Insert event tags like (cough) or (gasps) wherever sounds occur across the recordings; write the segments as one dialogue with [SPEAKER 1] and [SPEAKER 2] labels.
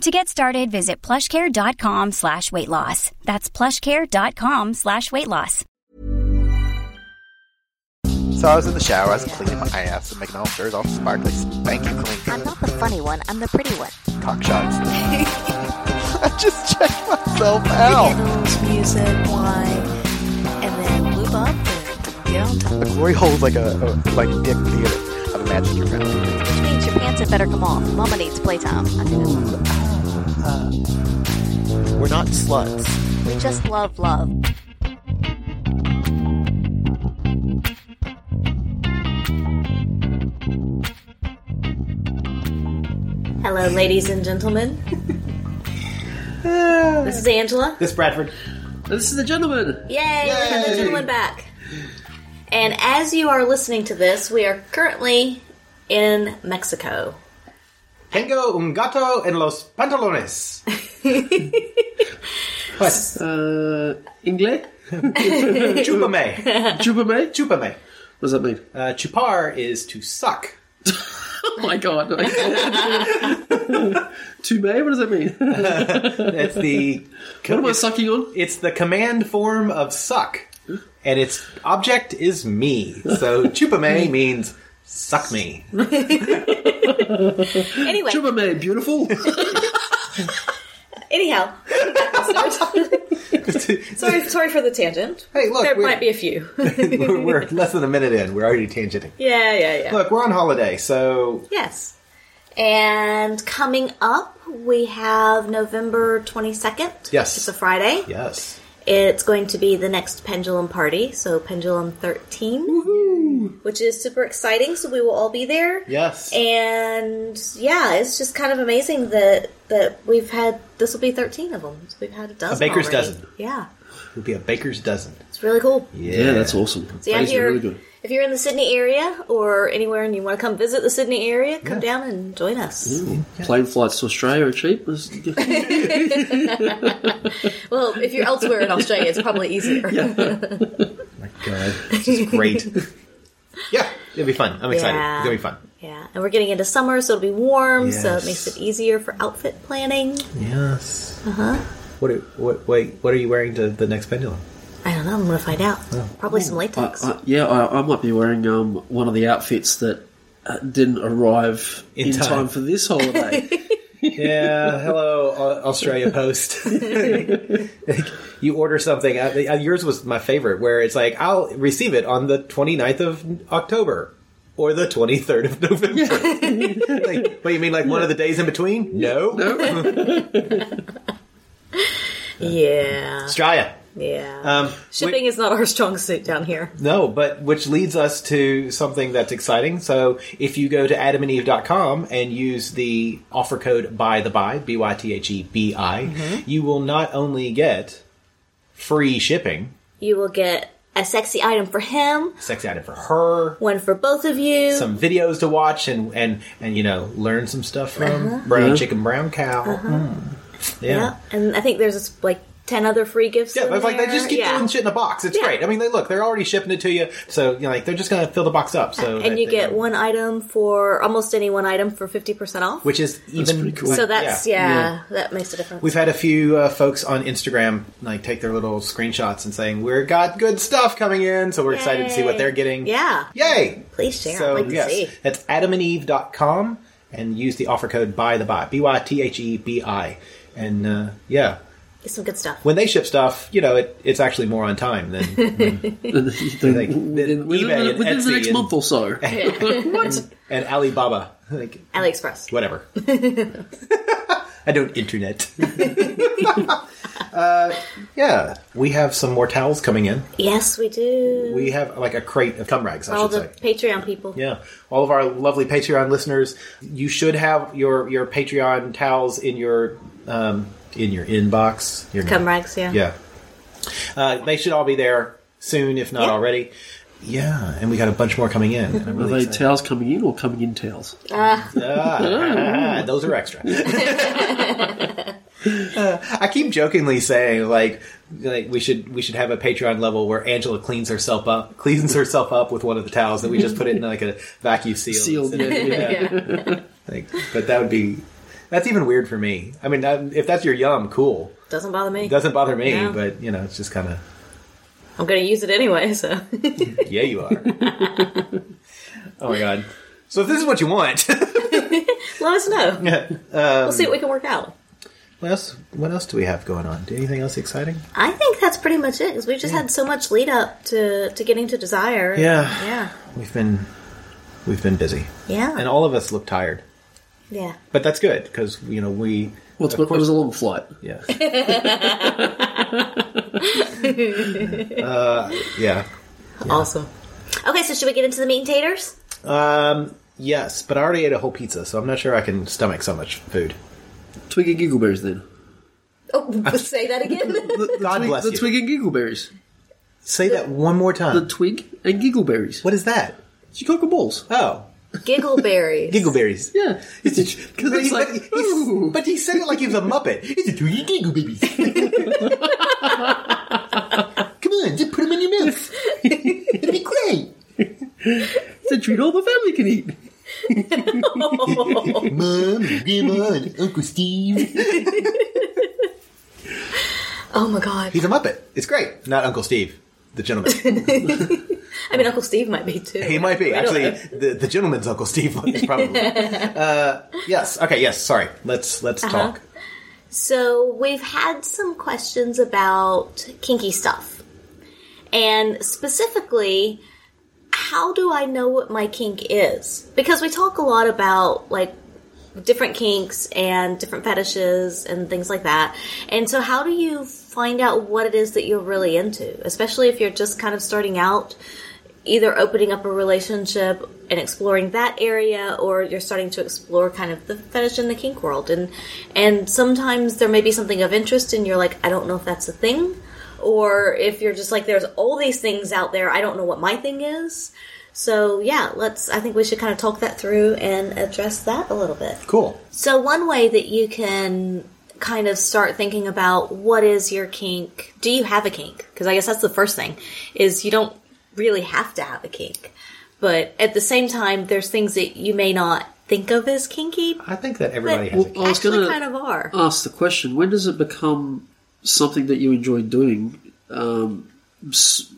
[SPEAKER 1] To get started, visit plushcare.com slash weight loss. That's plushcare.com slash weight loss.
[SPEAKER 2] So I was in the shower, I was cleaning my ass and making all dirt all sparkly, spanky clean,
[SPEAKER 3] I'm not the funny one, I'm the pretty one.
[SPEAKER 2] cock shots. (laughs) I just checked myself
[SPEAKER 4] Oh.
[SPEAKER 2] (laughs) out.
[SPEAKER 3] Candles, music, wine, and then loop up and get on top.
[SPEAKER 2] The glory hole's like a, a like dick theater. I've imagined your family.
[SPEAKER 3] Which means your pants had better come off. Mama needs playtime. I mean,
[SPEAKER 5] We're not sluts.
[SPEAKER 3] we just love love.
[SPEAKER 4] Hello, ladies and gentlemen. this is Angela.
[SPEAKER 5] This Bradford.
[SPEAKER 6] This is the gentleman.
[SPEAKER 4] Yay, we have the gentleman back. And as you are listening to this, we are currently in Mexico.
[SPEAKER 5] Tengo un gato en los pantalones. what?
[SPEAKER 6] Uh, (laughs) Inglés?
[SPEAKER 2] (laughs)
[SPEAKER 5] Chupame.
[SPEAKER 6] Chupame? Chup-
[SPEAKER 5] Chupame.
[SPEAKER 6] What does that mean?
[SPEAKER 5] Uh, chupar is to suck.
[SPEAKER 6] Oh my (laughs) god. Tume? What does that mean? what
[SPEAKER 2] (laughs)
[SPEAKER 5] It's the
[SPEAKER 6] am I sucking on?
[SPEAKER 5] it's the command form of suck, and its object is
[SPEAKER 2] (laughs)
[SPEAKER 5] me. So chupame means suck me.
[SPEAKER 4] Anyway,
[SPEAKER 6] Chupame, beautiful.
[SPEAKER 4] anyhow.
[SPEAKER 5] (laughs)
[SPEAKER 4] sorry, sorry for the tangent.
[SPEAKER 5] Hey, look,
[SPEAKER 4] there
[SPEAKER 5] we're-
[SPEAKER 4] might be a few. (laughs)
[SPEAKER 5] we're, we're less than a minute in. We're already tangenting.
[SPEAKER 4] yeah, yeah, yeah.
[SPEAKER 5] Look, we're on holiday, so
[SPEAKER 4] Yes. And coming up, we have November 22nd.
[SPEAKER 5] Yes.
[SPEAKER 4] It's a Friday.
[SPEAKER 5] yes,
[SPEAKER 4] It's going to be the next Pendulum Party, so Pendulum 13, which is super exciting. So we will all be there.
[SPEAKER 5] yes.
[SPEAKER 4] And yeah, it's just kind of amazing that that we've had this will be 13 of them. We've had a dozen.
[SPEAKER 5] A baker's
[SPEAKER 4] already.
[SPEAKER 5] dozen.
[SPEAKER 4] Yeah.
[SPEAKER 5] It would be a baker's dozen.
[SPEAKER 4] It's really cool.
[SPEAKER 6] Yeah, that's awesome.
[SPEAKER 4] So yeah,
[SPEAKER 6] That
[SPEAKER 4] if
[SPEAKER 6] is
[SPEAKER 4] you're,
[SPEAKER 6] really good.
[SPEAKER 4] if you're in the Sydney area or anywhere and you want to come visit the Sydney area, come down and join us.
[SPEAKER 6] Plane flights to Australia are cheap. (laughs) That's-
[SPEAKER 4] Well, if you're elsewhere
[SPEAKER 5] (laughs)
[SPEAKER 4] in Australia, it's probably easier.
[SPEAKER 5] My God, this is great. yeah, it'll be fun. I'm excited.
[SPEAKER 4] Yeah.
[SPEAKER 5] It's gonna be fun.
[SPEAKER 4] Yeah, and we're getting into summer, so it'll be warm, so
[SPEAKER 5] Yes.
[SPEAKER 4] it makes it easier for outfit planning.
[SPEAKER 5] Yes. Uh huh. What? Are, what? Wait. What are you wearing to the next pendulum?
[SPEAKER 4] I don't know. I'm gonna find out.
[SPEAKER 5] Oh.
[SPEAKER 4] Probably
[SPEAKER 6] Oh.
[SPEAKER 4] some latex.
[SPEAKER 6] I, yeah, I, I might be wearing um, one of the outfits that uh, didn't arrive
[SPEAKER 5] In
[SPEAKER 6] in,
[SPEAKER 5] time.
[SPEAKER 6] time. for this holiday. (laughs)
[SPEAKER 5] Yeah. Hello, Au- Australia Post. (laughs) you order something. I, I, yours was my favorite, where it's like I'll receive it on the 29th of October or the 23rd of November. like, what you mean, like one of the days in between? No.
[SPEAKER 4] yeah,
[SPEAKER 5] Australia.
[SPEAKER 4] yeah.
[SPEAKER 5] Um,
[SPEAKER 4] Shipping is not our strong suit down here.
[SPEAKER 5] No, but which leads us to something that's exciting. So if you go to adamandeve.com and use the offer code by the by, B Y T H E B I, you will not only get free shipping,
[SPEAKER 4] You will get a sexy item for him,
[SPEAKER 5] sexy item for her,
[SPEAKER 4] one for both of you.
[SPEAKER 5] some videos to watch and and and you know, learn some stuff from brown chicken brown cow. Mm. Yeah.
[SPEAKER 4] Uh-huh. yeah. and I think there's like ten other free gifts.
[SPEAKER 5] Yeah,
[SPEAKER 4] in
[SPEAKER 5] but it's like they
[SPEAKER 4] there.
[SPEAKER 5] just keep
[SPEAKER 4] Yeah.
[SPEAKER 5] doing shit in a box. It's
[SPEAKER 4] Yeah.
[SPEAKER 5] great. I mean, they look, they're already shipping it to you, so you know, like they're just gonna fill the box up. So that
[SPEAKER 4] And you
[SPEAKER 5] they-
[SPEAKER 4] get one item for almost any one item for fifty percent off.
[SPEAKER 5] which is even
[SPEAKER 6] pretty cool.
[SPEAKER 4] so that's
[SPEAKER 5] yeah.
[SPEAKER 4] yeah, that makes a difference.
[SPEAKER 5] We've had a few uh, folks on Instagram like take their little screenshots and saying we're got good stuff coming in, so we're excited to see what they're getting.
[SPEAKER 4] yeah,
[SPEAKER 5] Yay!
[SPEAKER 4] please share.
[SPEAKER 5] So
[SPEAKER 4] I'd like to
[SPEAKER 5] yes,
[SPEAKER 4] see.
[SPEAKER 5] that's adamandeve.com and use the offer code by the by B Y T H E B I. And uh, yeah,
[SPEAKER 4] Get some good stuff.
[SPEAKER 5] when they ship stuff, you know, it, it's actually more on
[SPEAKER 4] (laughs)
[SPEAKER 5] time than like,
[SPEAKER 6] within
[SPEAKER 5] eBay and
[SPEAKER 6] within
[SPEAKER 5] Etsy
[SPEAKER 6] the next
[SPEAKER 5] and-
[SPEAKER 6] month or (laughs) so.
[SPEAKER 5] and Alibaba. Like
[SPEAKER 4] AliExpress. (laughs)
[SPEAKER 5] whatever. (laughs) I don't internet. (laughs) uh, yeah, we have some more towels coming in.
[SPEAKER 4] Yes, we do.
[SPEAKER 5] We have like a crate of cum rags, I
[SPEAKER 4] all
[SPEAKER 5] should
[SPEAKER 4] the
[SPEAKER 5] say.
[SPEAKER 4] Patreon people.
[SPEAKER 5] Yeah, all of our lovely Patreon listeners, you should have your your Patreon towels in your um, in your inbox. Your
[SPEAKER 4] Cum rags, yeah.
[SPEAKER 5] Yeah, uh, they should all be there. soon, if not
[SPEAKER 4] Yeah.
[SPEAKER 5] already. Yeah, and we got a bunch more coming in. And I'm
[SPEAKER 6] Are
[SPEAKER 5] really
[SPEAKER 6] they
[SPEAKER 5] excited.
[SPEAKER 6] tails coming in or coming in tails?
[SPEAKER 5] Ah, (laughs) those are extra. Uh, I keep jokingly saying like like we should we should have a Patreon level where Angela cleans herself up cleans herself up with one of the towels that we just put in like a vacuum seal. (laughs)
[SPEAKER 6] Sealed. Yeah, yeah.
[SPEAKER 5] Like, but that would be that's even weird for me. I mean, that- if that's your yum, cool.
[SPEAKER 4] Doesn't bother me.
[SPEAKER 5] It doesn't bother me,
[SPEAKER 4] No.
[SPEAKER 5] but you know, it's just kind of
[SPEAKER 4] I'm going to use it anyway, so. (laughs)
[SPEAKER 5] yeah, you
[SPEAKER 6] (laughs)
[SPEAKER 5] are. oh my god. So if this is what you want, (laughs)
[SPEAKER 4] Let us know.
[SPEAKER 5] um,
[SPEAKER 4] we'll see what we can work out.
[SPEAKER 5] what else? What else do we have going on? Do anything else exciting?
[SPEAKER 4] I think that's pretty much it because we've just had so much lead up to, to getting to Desire.
[SPEAKER 5] Yeah.
[SPEAKER 4] Yeah.
[SPEAKER 5] We've been we've been busy,
[SPEAKER 4] Yeah.
[SPEAKER 5] and all of us look tired,
[SPEAKER 4] yeah.
[SPEAKER 5] but that's good because you know we
[SPEAKER 6] Well, it's, it was a long flight.
[SPEAKER 5] yeah Uh, yeah
[SPEAKER 4] Awesome. Okay, so should we get into the meat and taters?
[SPEAKER 5] um, yes, but I already ate a whole pizza, so I'm not sure I can stomach so much food.
[SPEAKER 6] Twig and Giggleberries then.
[SPEAKER 4] Oh, (laughs) say that again.
[SPEAKER 5] God
[SPEAKER 6] Twig,
[SPEAKER 5] bless
[SPEAKER 6] the
[SPEAKER 5] you.
[SPEAKER 6] Twig and Giggleberries.
[SPEAKER 5] Say that one more
[SPEAKER 6] The
[SPEAKER 5] time.
[SPEAKER 6] Twig and Giggleberries.
[SPEAKER 5] what is that?
[SPEAKER 6] Chicago Bulls.
[SPEAKER 5] Oh,
[SPEAKER 4] Giggleberries. (laughs)
[SPEAKER 5] giggleberries.
[SPEAKER 6] Yeah.
[SPEAKER 5] It's (laughs) a, but,
[SPEAKER 6] it's
[SPEAKER 5] he,
[SPEAKER 6] like,
[SPEAKER 5] but,
[SPEAKER 6] ooh.
[SPEAKER 5] he, but he said it like he was a muppet. It's a twiggy giggle babies. (laughs) Come on, just put them in your mouth. It'll be great.
[SPEAKER 6] It's a treat all the family can eat.
[SPEAKER 5] Mom, and Grandma, and Uncle Steve.
[SPEAKER 4] Oh my god.
[SPEAKER 5] He's a Muppet. It's great. Not Uncle Steve, the gentleman.
[SPEAKER 4] I mean, Uncle Steve might be too.
[SPEAKER 5] He
[SPEAKER 6] (laughs)
[SPEAKER 5] might be.
[SPEAKER 4] I don't
[SPEAKER 5] Actually,
[SPEAKER 4] know.
[SPEAKER 5] the, the gentleman's Uncle Steve is probably. Uh, yes. Okay. Yes. Sorry. Let's let's
[SPEAKER 6] Uh-huh.
[SPEAKER 5] talk.
[SPEAKER 4] So we've had some questions about kinky stuff, and specifically, how do I know what my kink is? Because we talk a lot about like different kinks and different fetishes and things like that. And so, how do you find out what it is that you're really into, especially if you're just kind of starting out? Either opening up a relationship and exploring that area, or you're starting to explore kind of the fetish and the kink world, and and sometimes there may be something of interest, and you're like, I don't know if that's a thing, or if you're just like, there's all these things out there, I don't know what my thing is. So yeah, let's. I think we should kind of talk that through and address that a little bit.
[SPEAKER 5] Cool.
[SPEAKER 4] So, one way that you can kind of start thinking about what is your kink? Do you have a kink? Because I guess that's the first thing is you don't really have to have a kink. But at the same time, there's things that you may not think of as kinky,
[SPEAKER 5] I think that everybody has. a
[SPEAKER 6] Well, I was
[SPEAKER 4] actually
[SPEAKER 6] gonna-
[SPEAKER 4] kind of are.
[SPEAKER 6] Ask the question when does it become something that you enjoy doing um, s-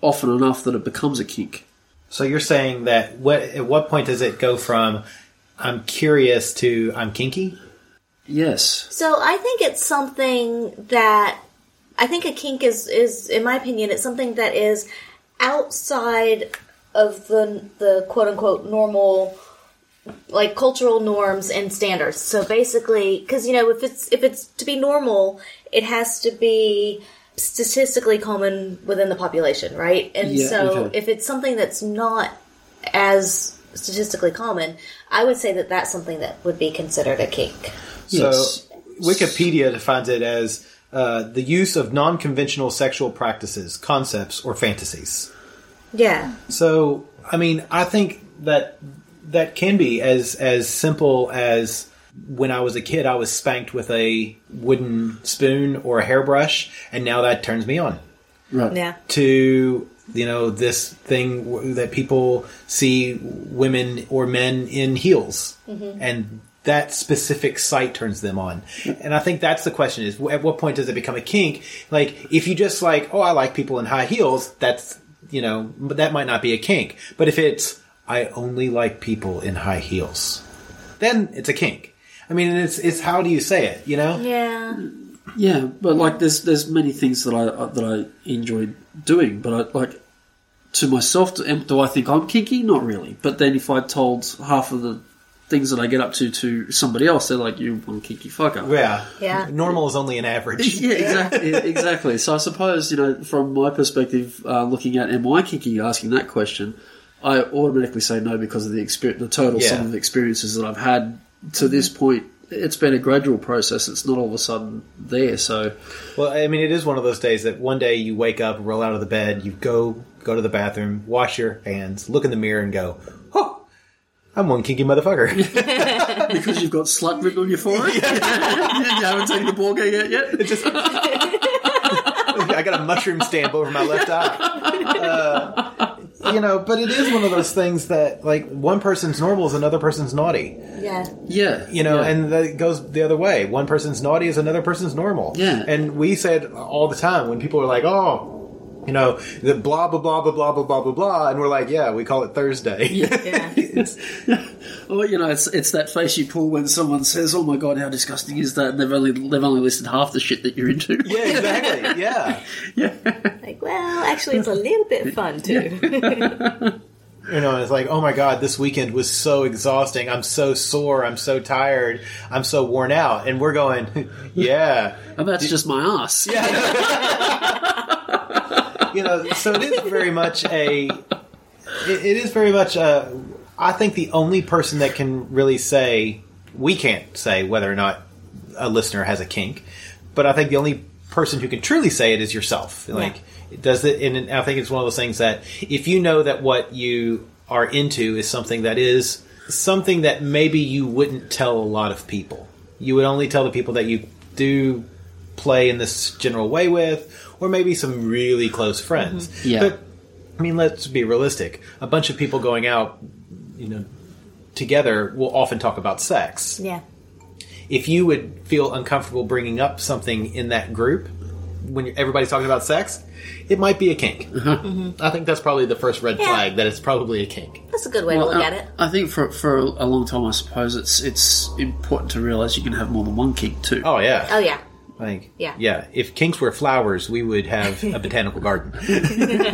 [SPEAKER 6] often enough that it becomes a kink?
[SPEAKER 5] So you're saying that what at what point does it go from I'm curious to I'm kinky?
[SPEAKER 6] Yes.
[SPEAKER 4] So I think it's something that I think a kink is is in my opinion it's something that is outside of the the quote unquote normal like cultural norms and standards. So basically cuz you know if it's if it's to be normal it has to be statistically common within the population, right? And
[SPEAKER 6] Yeah,
[SPEAKER 4] so
[SPEAKER 6] okay.
[SPEAKER 4] if it's something that's not as statistically common, I would say that that's something that would be considered a kink.
[SPEAKER 6] Yes.
[SPEAKER 5] So Wikipedia defines it as uh, the use of non-conventional sexual practices, concepts, or fantasies.
[SPEAKER 4] Yeah.
[SPEAKER 5] So I mean, I think that that can be as as simple as when I was a kid, I was spanked with a wooden spoon or a hairbrush, and now that turns me on.
[SPEAKER 6] Right.
[SPEAKER 4] Yeah.
[SPEAKER 5] to you know this thing w- that people see women or men in heels
[SPEAKER 4] Mm-hmm.
[SPEAKER 5] and that specific site turns them on and i think that's the question is w- at what point does it become a kink like if you just like oh i like people in high heels that's you know but that might not be a kink but if it's i only like people in high heels then it's a kink i mean it's it's how do you say it you know
[SPEAKER 4] Yeah.
[SPEAKER 6] Yeah, but like there's there's many things that I that I enjoy doing, but I, like to myself, do, am- do I think I'm kinky? Not really. But then if I told half of the things that I get up to to somebody else, they're like, "You one kinky fucker."
[SPEAKER 5] yeah
[SPEAKER 4] Yeah.
[SPEAKER 5] normal is only an average
[SPEAKER 6] (laughs) Yeah, exactly, exactly. So I suppose you know, from my perspective, uh, looking at am I kinky, asking that question, I automatically say no because of the exper- the total
[SPEAKER 5] Yeah.
[SPEAKER 6] Mm-hmm. sum of experiences that I've had to this point it's been a gradual process. It's not all of a sudden there. So
[SPEAKER 5] Well, I mean, it is one of those days that one day you wake up, roll out of the bed, you go go to the bathroom, wash your hands, look in the mirror, and go, "Oh, I'm one kinky motherfucker." (laughs)
[SPEAKER 6] because you've got slut written on your (laughs) forehead, you haven't taken the ball game out yet.
[SPEAKER 5] I got a mushroom stamp over my left eye. Uh, you know, but it is one of those things that, like, one person's normal is another person's naughty.
[SPEAKER 4] Yeah.
[SPEAKER 6] Yeah,
[SPEAKER 5] You know,
[SPEAKER 6] yeah.
[SPEAKER 5] and that goes the other way. One person's naughty is another person's normal.
[SPEAKER 6] Yeah.
[SPEAKER 5] And we said all the time when people are like, "Oh, you know, the blah blah blah blah blah blah blah blah blah," and we're like, "Yeah, we call it Thursday." (laughs)
[SPEAKER 4] Yeah.
[SPEAKER 6] Well, you know, it's it's that face you pull when someone says, "Oh my god, how disgusting is that?" And they've only they've only listed half the shit that you're into.
[SPEAKER 5] Yeah, exactly. Yeah.
[SPEAKER 4] like, well, actually, it's a little bit fun too.
[SPEAKER 5] You know, it's like, oh my God, this weekend was so exhausting. I'm so sore. I'm so tired. I'm so worn out. And we're going, (laughs) yeah.
[SPEAKER 6] and that's just my ass. Yeah,
[SPEAKER 5] You know, so it is very much a. It, it is very much a. I think the only person that can really say, we can't say whether or not a listener has a kink, but I think the only person who can truly say it is yourself. Like, does it, and I think it's one of those things that if you know that what you are into is something that is something that maybe you wouldn't tell a lot of people, you would only tell the people that you do play in this general way with, or maybe some really close friends.
[SPEAKER 6] Yeah.
[SPEAKER 5] But, I mean, let's be realistic. A bunch of people going out, you know, together will often talk about sex
[SPEAKER 4] yeah.
[SPEAKER 5] if you would feel uncomfortable bringing up something in that group when you're- everybody's talking about sex, it might be a kink. Mm-hmm. I think that's probably the first red
[SPEAKER 4] Yeah.
[SPEAKER 5] flag that it's probably a kink.
[SPEAKER 4] That's a good way to look at it.
[SPEAKER 6] uh, I think for for a long time, I suppose it's it's important to realize you can have more than one kink too.
[SPEAKER 5] Oh yeah,
[SPEAKER 4] Oh yeah.
[SPEAKER 5] like
[SPEAKER 4] yeah.
[SPEAKER 5] yeah. If kinks were flowers, we would have a botanical garden.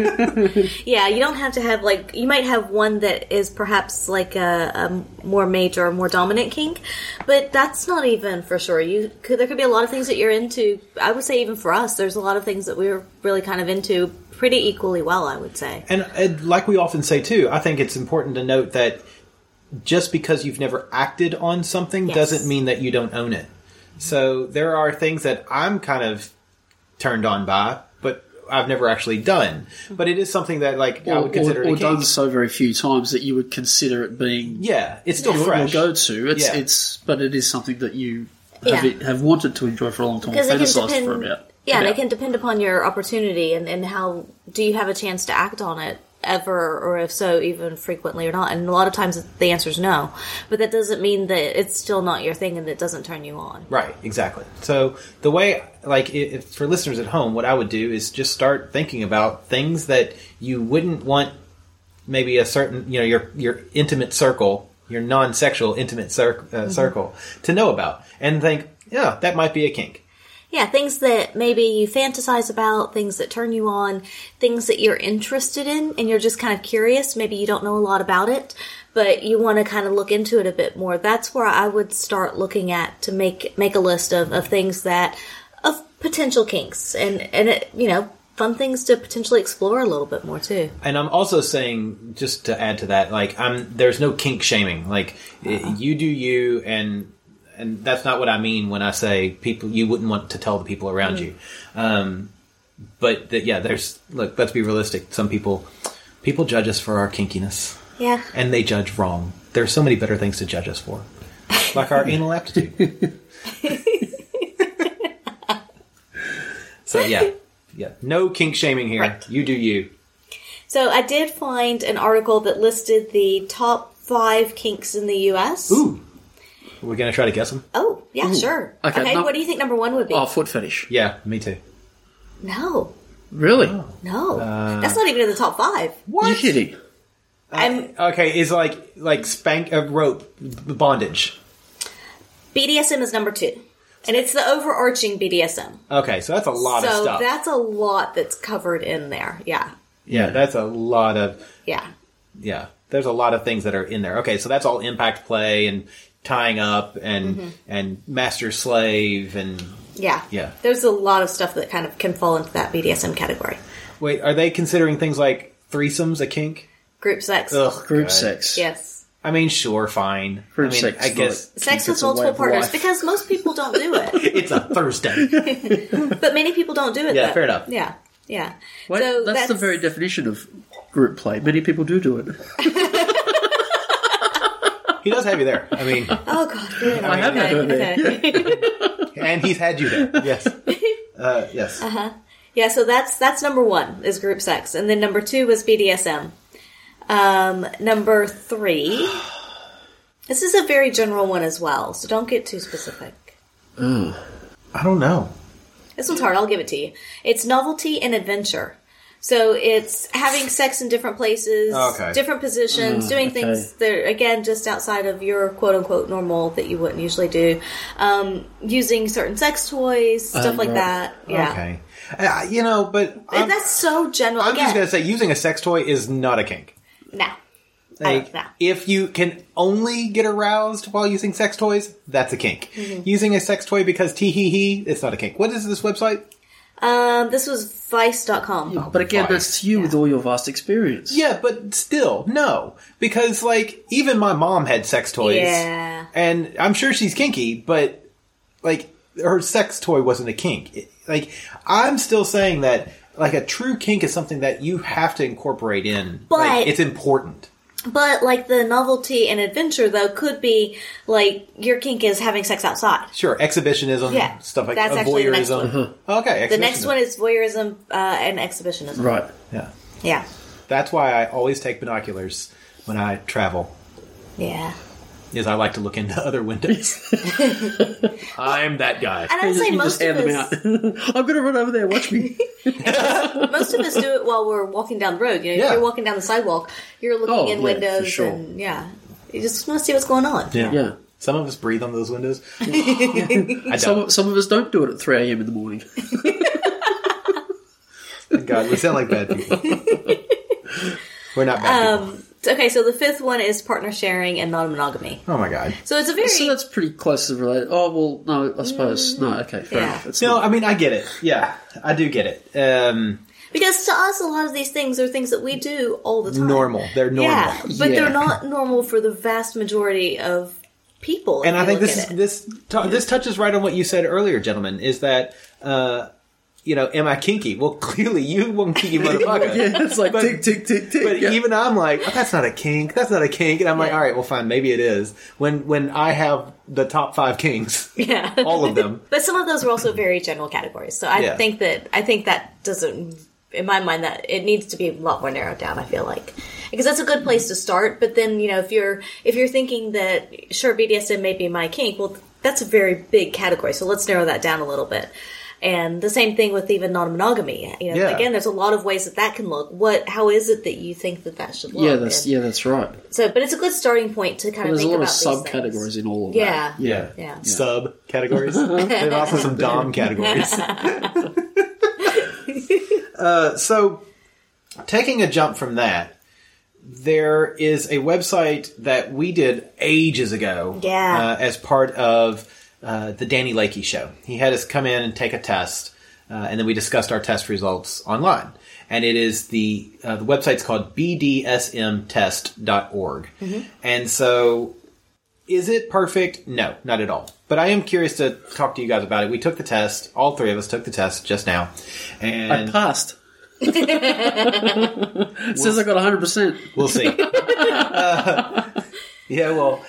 [SPEAKER 4] Yeah, you don't have to have like you might have one that is perhaps like a, a more major or more dominant kink, but that's not even for sure. You could, there could be a lot of things that you're into. I would say even for us, there's a lot of things that we are really kind of into pretty equally well. I would say.
[SPEAKER 5] And, and like we often say too, I think it's important to note that just because you've never acted on something
[SPEAKER 4] Yes.
[SPEAKER 5] doesn't mean that you don't own it. So there are things that I'm kind of turned on by, but I've never actually done. But it is something that like I
[SPEAKER 6] Or,
[SPEAKER 5] would consider
[SPEAKER 6] or,
[SPEAKER 5] it a
[SPEAKER 6] or done
[SPEAKER 5] kink.
[SPEAKER 6] so very few times that you would consider it being
[SPEAKER 5] Yeah, it's still
[SPEAKER 6] your,
[SPEAKER 5] fresh.
[SPEAKER 6] go to. It's
[SPEAKER 5] Yeah.
[SPEAKER 6] it's but it is something that you have
[SPEAKER 4] Yeah.
[SPEAKER 6] it, have wanted to enjoy for a long time,
[SPEAKER 4] Because it can
[SPEAKER 6] fantasized
[SPEAKER 4] depend.
[SPEAKER 6] for about.
[SPEAKER 4] yeah, and
[SPEAKER 6] about.
[SPEAKER 4] it can depend upon your opportunity and, and how do you have a chance to act on it ever, or if so, even frequently or not. And a lot of times the answer is no, but that doesn't mean that it's still not your thing and it doesn't turn you on.
[SPEAKER 5] Right, exactly. So the way, like, i if, for listeners at home, what I would do is just start thinking about things that you wouldn't want. Maybe a certain, you know, your your intimate circle, your non-sexual intimate cir- uh, circle, to know about, and think, yeah, that might be a kink.
[SPEAKER 4] Yeah, things that maybe you fantasize about, things that turn you on, things that you're interested in, and you're just kind of curious. Maybe you don't know a lot about it, but you want to kind of look into it a bit more. That's where I would start looking at to make make a list of, of things that of potential kinks and and it, you know fun things to potentially explore a little bit more too.
[SPEAKER 5] and I'm also saying just to add to that, like I'm there's no kink shaming. Like i- you do you, and and that's not what I mean when I say people you wouldn't want to tell the people around you. Um, but that yeah, there's look. Let's be realistic. Some people people judge us for our kinkiness,
[SPEAKER 4] Yeah,
[SPEAKER 5] and they judge wrong. There's so many better things to judge us for, like our anal aptitude. so yeah, yeah, no kink shaming here.
[SPEAKER 4] Right.
[SPEAKER 5] You do you.
[SPEAKER 4] So I did find an article that listed the top five kinks in the U.S.
[SPEAKER 5] Ooh. We're going to try to guess them?
[SPEAKER 4] Oh, yeah, sure.
[SPEAKER 6] Okay,
[SPEAKER 4] Okay,
[SPEAKER 6] no-
[SPEAKER 4] what do you think number one would be?
[SPEAKER 6] Oh, foot fetish.
[SPEAKER 5] Yeah, me too.
[SPEAKER 4] No,
[SPEAKER 6] Really?
[SPEAKER 5] Oh.
[SPEAKER 4] no, that's not even in the top five.
[SPEAKER 6] Uh, What? You kidding?
[SPEAKER 4] I'm
[SPEAKER 5] Uh, Okay, is like like spank a rope b- bondage.
[SPEAKER 4] BDSM is number two, and it's the overarching BDSM.
[SPEAKER 5] Okay, so that's a lot of
[SPEAKER 4] so
[SPEAKER 5] stuff.
[SPEAKER 4] that's a lot that's covered in there. Yeah,
[SPEAKER 5] yeah, that's a lot of
[SPEAKER 4] yeah,
[SPEAKER 5] yeah. There's a lot of things that are in there. Okay, so that's all impact play and tying up and
[SPEAKER 4] Mm-hmm.
[SPEAKER 5] and master slave and
[SPEAKER 4] yeah,
[SPEAKER 5] Yeah.
[SPEAKER 4] There's a lot of stuff that kind of can fall into that BDSM category.
[SPEAKER 5] wait, are they considering things like threesomes a kink?
[SPEAKER 4] Group sex,
[SPEAKER 5] Ugh,
[SPEAKER 6] Group
[SPEAKER 5] God.
[SPEAKER 6] sex.
[SPEAKER 4] yes.
[SPEAKER 5] I mean, sure, fine. I
[SPEAKER 6] Fruit
[SPEAKER 5] mean,
[SPEAKER 6] sex,
[SPEAKER 5] I guess
[SPEAKER 4] Sex
[SPEAKER 6] It's
[SPEAKER 4] with
[SPEAKER 6] a way
[SPEAKER 4] multiple
[SPEAKER 6] of
[SPEAKER 4] partners
[SPEAKER 6] life.
[SPEAKER 4] because most people don't do
[SPEAKER 5] (laughs)
[SPEAKER 4] it,
[SPEAKER 5] it's a Thursday.
[SPEAKER 4] but many people don't do it.
[SPEAKER 5] Yeah,
[SPEAKER 4] though.
[SPEAKER 5] fair enough.
[SPEAKER 4] Yeah, yeah.
[SPEAKER 6] Wait,
[SPEAKER 4] so
[SPEAKER 6] that's, the very definition of group play. Many people do do it.
[SPEAKER 5] he does have you there. I mean,
[SPEAKER 4] Oh god, good.
[SPEAKER 6] I have
[SPEAKER 4] okay.
[SPEAKER 6] had her there.
[SPEAKER 4] okay.
[SPEAKER 5] and he's had you there.
[SPEAKER 4] (laughs)
[SPEAKER 5] Yes. Uh, yes.
[SPEAKER 4] Yeah, so that's that's number one is group sex, and then number two was BDSM. Um, number
[SPEAKER 5] (gasps)
[SPEAKER 4] three, this is a very general one as well, so don't get too specific.
[SPEAKER 5] I don't know.
[SPEAKER 4] This one's hard. I'll give it to you. It's novelty and adventure. So it's having sex in different places,
[SPEAKER 5] Oh, Okay. Mm,
[SPEAKER 4] different positions, doing things that are, again just outside of your quote unquote normal that you wouldn't usually do. Um, using certain sex toys, stuff like
[SPEAKER 6] right.
[SPEAKER 4] that. Yeah,
[SPEAKER 5] Uh, Okay. Uh, you know, but I'm,
[SPEAKER 4] and that's so general.
[SPEAKER 5] I'm
[SPEAKER 4] again,
[SPEAKER 5] just gonna say using a sex toy is not a kink.
[SPEAKER 4] now.
[SPEAKER 5] Like,
[SPEAKER 4] no.
[SPEAKER 5] if you can only get aroused while using sex toys, that's a kink.
[SPEAKER 4] Mm-hmm.
[SPEAKER 5] Using a sex toy because tee hee hee, it's not a kink. What is this website?
[SPEAKER 4] Um, this was Vice.com.
[SPEAKER 6] But again,
[SPEAKER 5] Fine.
[SPEAKER 6] that's you with all your vast experience.
[SPEAKER 5] Oh, Yeah, but still, no. Because, like, even my mom had sex toys.
[SPEAKER 4] Yeah.
[SPEAKER 5] And I'm sure she's kinky, but, like, her sex toy wasn't a kink. It- like, I'm still saying that, like, a true kink is something that you have to incorporate in.
[SPEAKER 4] But-
[SPEAKER 5] Like, it's important.
[SPEAKER 4] But like the novelty and adventure though could be like your kink is having sex outside.
[SPEAKER 5] Sure, exhibitionism,
[SPEAKER 4] Yeah,
[SPEAKER 5] stuff like
[SPEAKER 4] that's
[SPEAKER 5] uh,
[SPEAKER 4] actually the next
[SPEAKER 5] voyeurism. Uh-huh. Okay,
[SPEAKER 4] The next one is voyeurism uh, and exhibitionism.
[SPEAKER 6] Right.
[SPEAKER 5] Yeah.
[SPEAKER 4] Yeah,
[SPEAKER 5] That's why I always take binoculars when I travel,
[SPEAKER 4] yeah.
[SPEAKER 5] is I like to look into (laughs) other windows. I'm that guy.
[SPEAKER 4] And I'd
[SPEAKER 6] You
[SPEAKER 4] say
[SPEAKER 6] just
[SPEAKER 4] most of
[SPEAKER 6] hand them
[SPEAKER 4] us
[SPEAKER 6] out. (laughs) I'm going to run over there. Watch
[SPEAKER 4] (laughs)
[SPEAKER 6] me.
[SPEAKER 4] most of us do it while we're walking down the road. You know,
[SPEAKER 5] Yeah.
[SPEAKER 4] if you're walking down the sidewalk, you're looking
[SPEAKER 6] Oh,
[SPEAKER 4] in
[SPEAKER 6] yeah,
[SPEAKER 4] windows
[SPEAKER 6] for sure.
[SPEAKER 4] and yeah, you just want to see what's going on.
[SPEAKER 6] yeah.
[SPEAKER 5] Some of us breathe on those (laughs) windows. I
[SPEAKER 6] Some,
[SPEAKER 5] don't.
[SPEAKER 6] some of us don't do it at 3 a.m. in
[SPEAKER 4] (laughs)
[SPEAKER 6] the morning.
[SPEAKER 5] God, we sound like bad
[SPEAKER 4] (laughs)
[SPEAKER 5] people. We're not bad
[SPEAKER 4] Um,
[SPEAKER 5] people.
[SPEAKER 4] Okay, so the fifth one is partner sharing and non-monogamy.
[SPEAKER 5] Oh my god.
[SPEAKER 4] So it's a very
[SPEAKER 6] so that's pretty close to related. Oh, well, no, I suppose. No, okay, fair
[SPEAKER 4] Mm. Yeah.
[SPEAKER 6] enough. It's
[SPEAKER 5] No,
[SPEAKER 6] not-
[SPEAKER 5] I mean I get it. Yeah, I do get it. Um,
[SPEAKER 4] because to us a lot of these things are things that we do all the time.
[SPEAKER 5] normal. They're normal.
[SPEAKER 4] Yeah, but
[SPEAKER 6] Yeah.
[SPEAKER 4] they're not normal for the vast majority of people. if
[SPEAKER 5] and I
[SPEAKER 4] you
[SPEAKER 5] think
[SPEAKER 4] look
[SPEAKER 5] this
[SPEAKER 4] at
[SPEAKER 5] is,
[SPEAKER 4] it.
[SPEAKER 5] this t- this touches right on what you said earlier, gentlemen. Is that uh, you know, am I kinky? Well, (laughs) clearly you one kinky motherfucker.
[SPEAKER 6] (laughs)
[SPEAKER 5] (laughs)
[SPEAKER 6] yeah, it's like
[SPEAKER 5] But-
[SPEAKER 6] tick, tick, tick, tick.
[SPEAKER 5] But
[SPEAKER 6] yeah.
[SPEAKER 5] even I'm like, oh, that's not a kink. That's not a kink. And I'm like,
[SPEAKER 4] Yeah.
[SPEAKER 5] all right, well, fine, maybe it is. When when I have the top five kinks,
[SPEAKER 4] Yeah.
[SPEAKER 5] all of them.
[SPEAKER 4] But some of those are also very general categories. So I
[SPEAKER 5] Yeah.
[SPEAKER 4] think that I think that doesn't, in my mind, that it needs to be a lot more narrowed down. I feel like because that's a good place to start. But then you know if you're if you're thinking that sure BDSM may be my kink, well that's a very big category. So let's narrow that down a little bit. And the same thing with even non-monogamy. You know,
[SPEAKER 5] Yeah.
[SPEAKER 4] again, there's a lot of ways that that can look. What, how is it that you think that that should look?
[SPEAKER 6] yeah, that's,
[SPEAKER 4] And-
[SPEAKER 6] yeah, that's right.
[SPEAKER 4] So, but it's a good starting point to kind
[SPEAKER 6] There's
[SPEAKER 4] of
[SPEAKER 6] a
[SPEAKER 4] think
[SPEAKER 6] lot of
[SPEAKER 4] about these
[SPEAKER 6] subcategories
[SPEAKER 4] things.
[SPEAKER 6] in all of
[SPEAKER 4] Yeah.
[SPEAKER 6] that. Yeah.
[SPEAKER 4] Yeah.
[SPEAKER 5] Sub categories. There's also some
[SPEAKER 4] (laughs)
[SPEAKER 5] dom categories. uh, so, taking a jump from that, there is a website that we did ages ago.
[SPEAKER 4] Yeah.
[SPEAKER 5] Uh, as part of uh, the Danny Lakey show. He had us come in and take a test, uh, and then we discussed our test results online. And it is the uh, the website's called bdsmtest.org.
[SPEAKER 4] Mm-hmm.
[SPEAKER 5] And so is it perfect? No, not at all. But I am curious to talk to you guys about it. We took the test. All three of us took the test just now,
[SPEAKER 6] I
[SPEAKER 5] and
[SPEAKER 4] (laughs)
[SPEAKER 6] passed. it (laughs) says I got 100%.
[SPEAKER 5] we'll see. (laughs) Uh, yeah, well,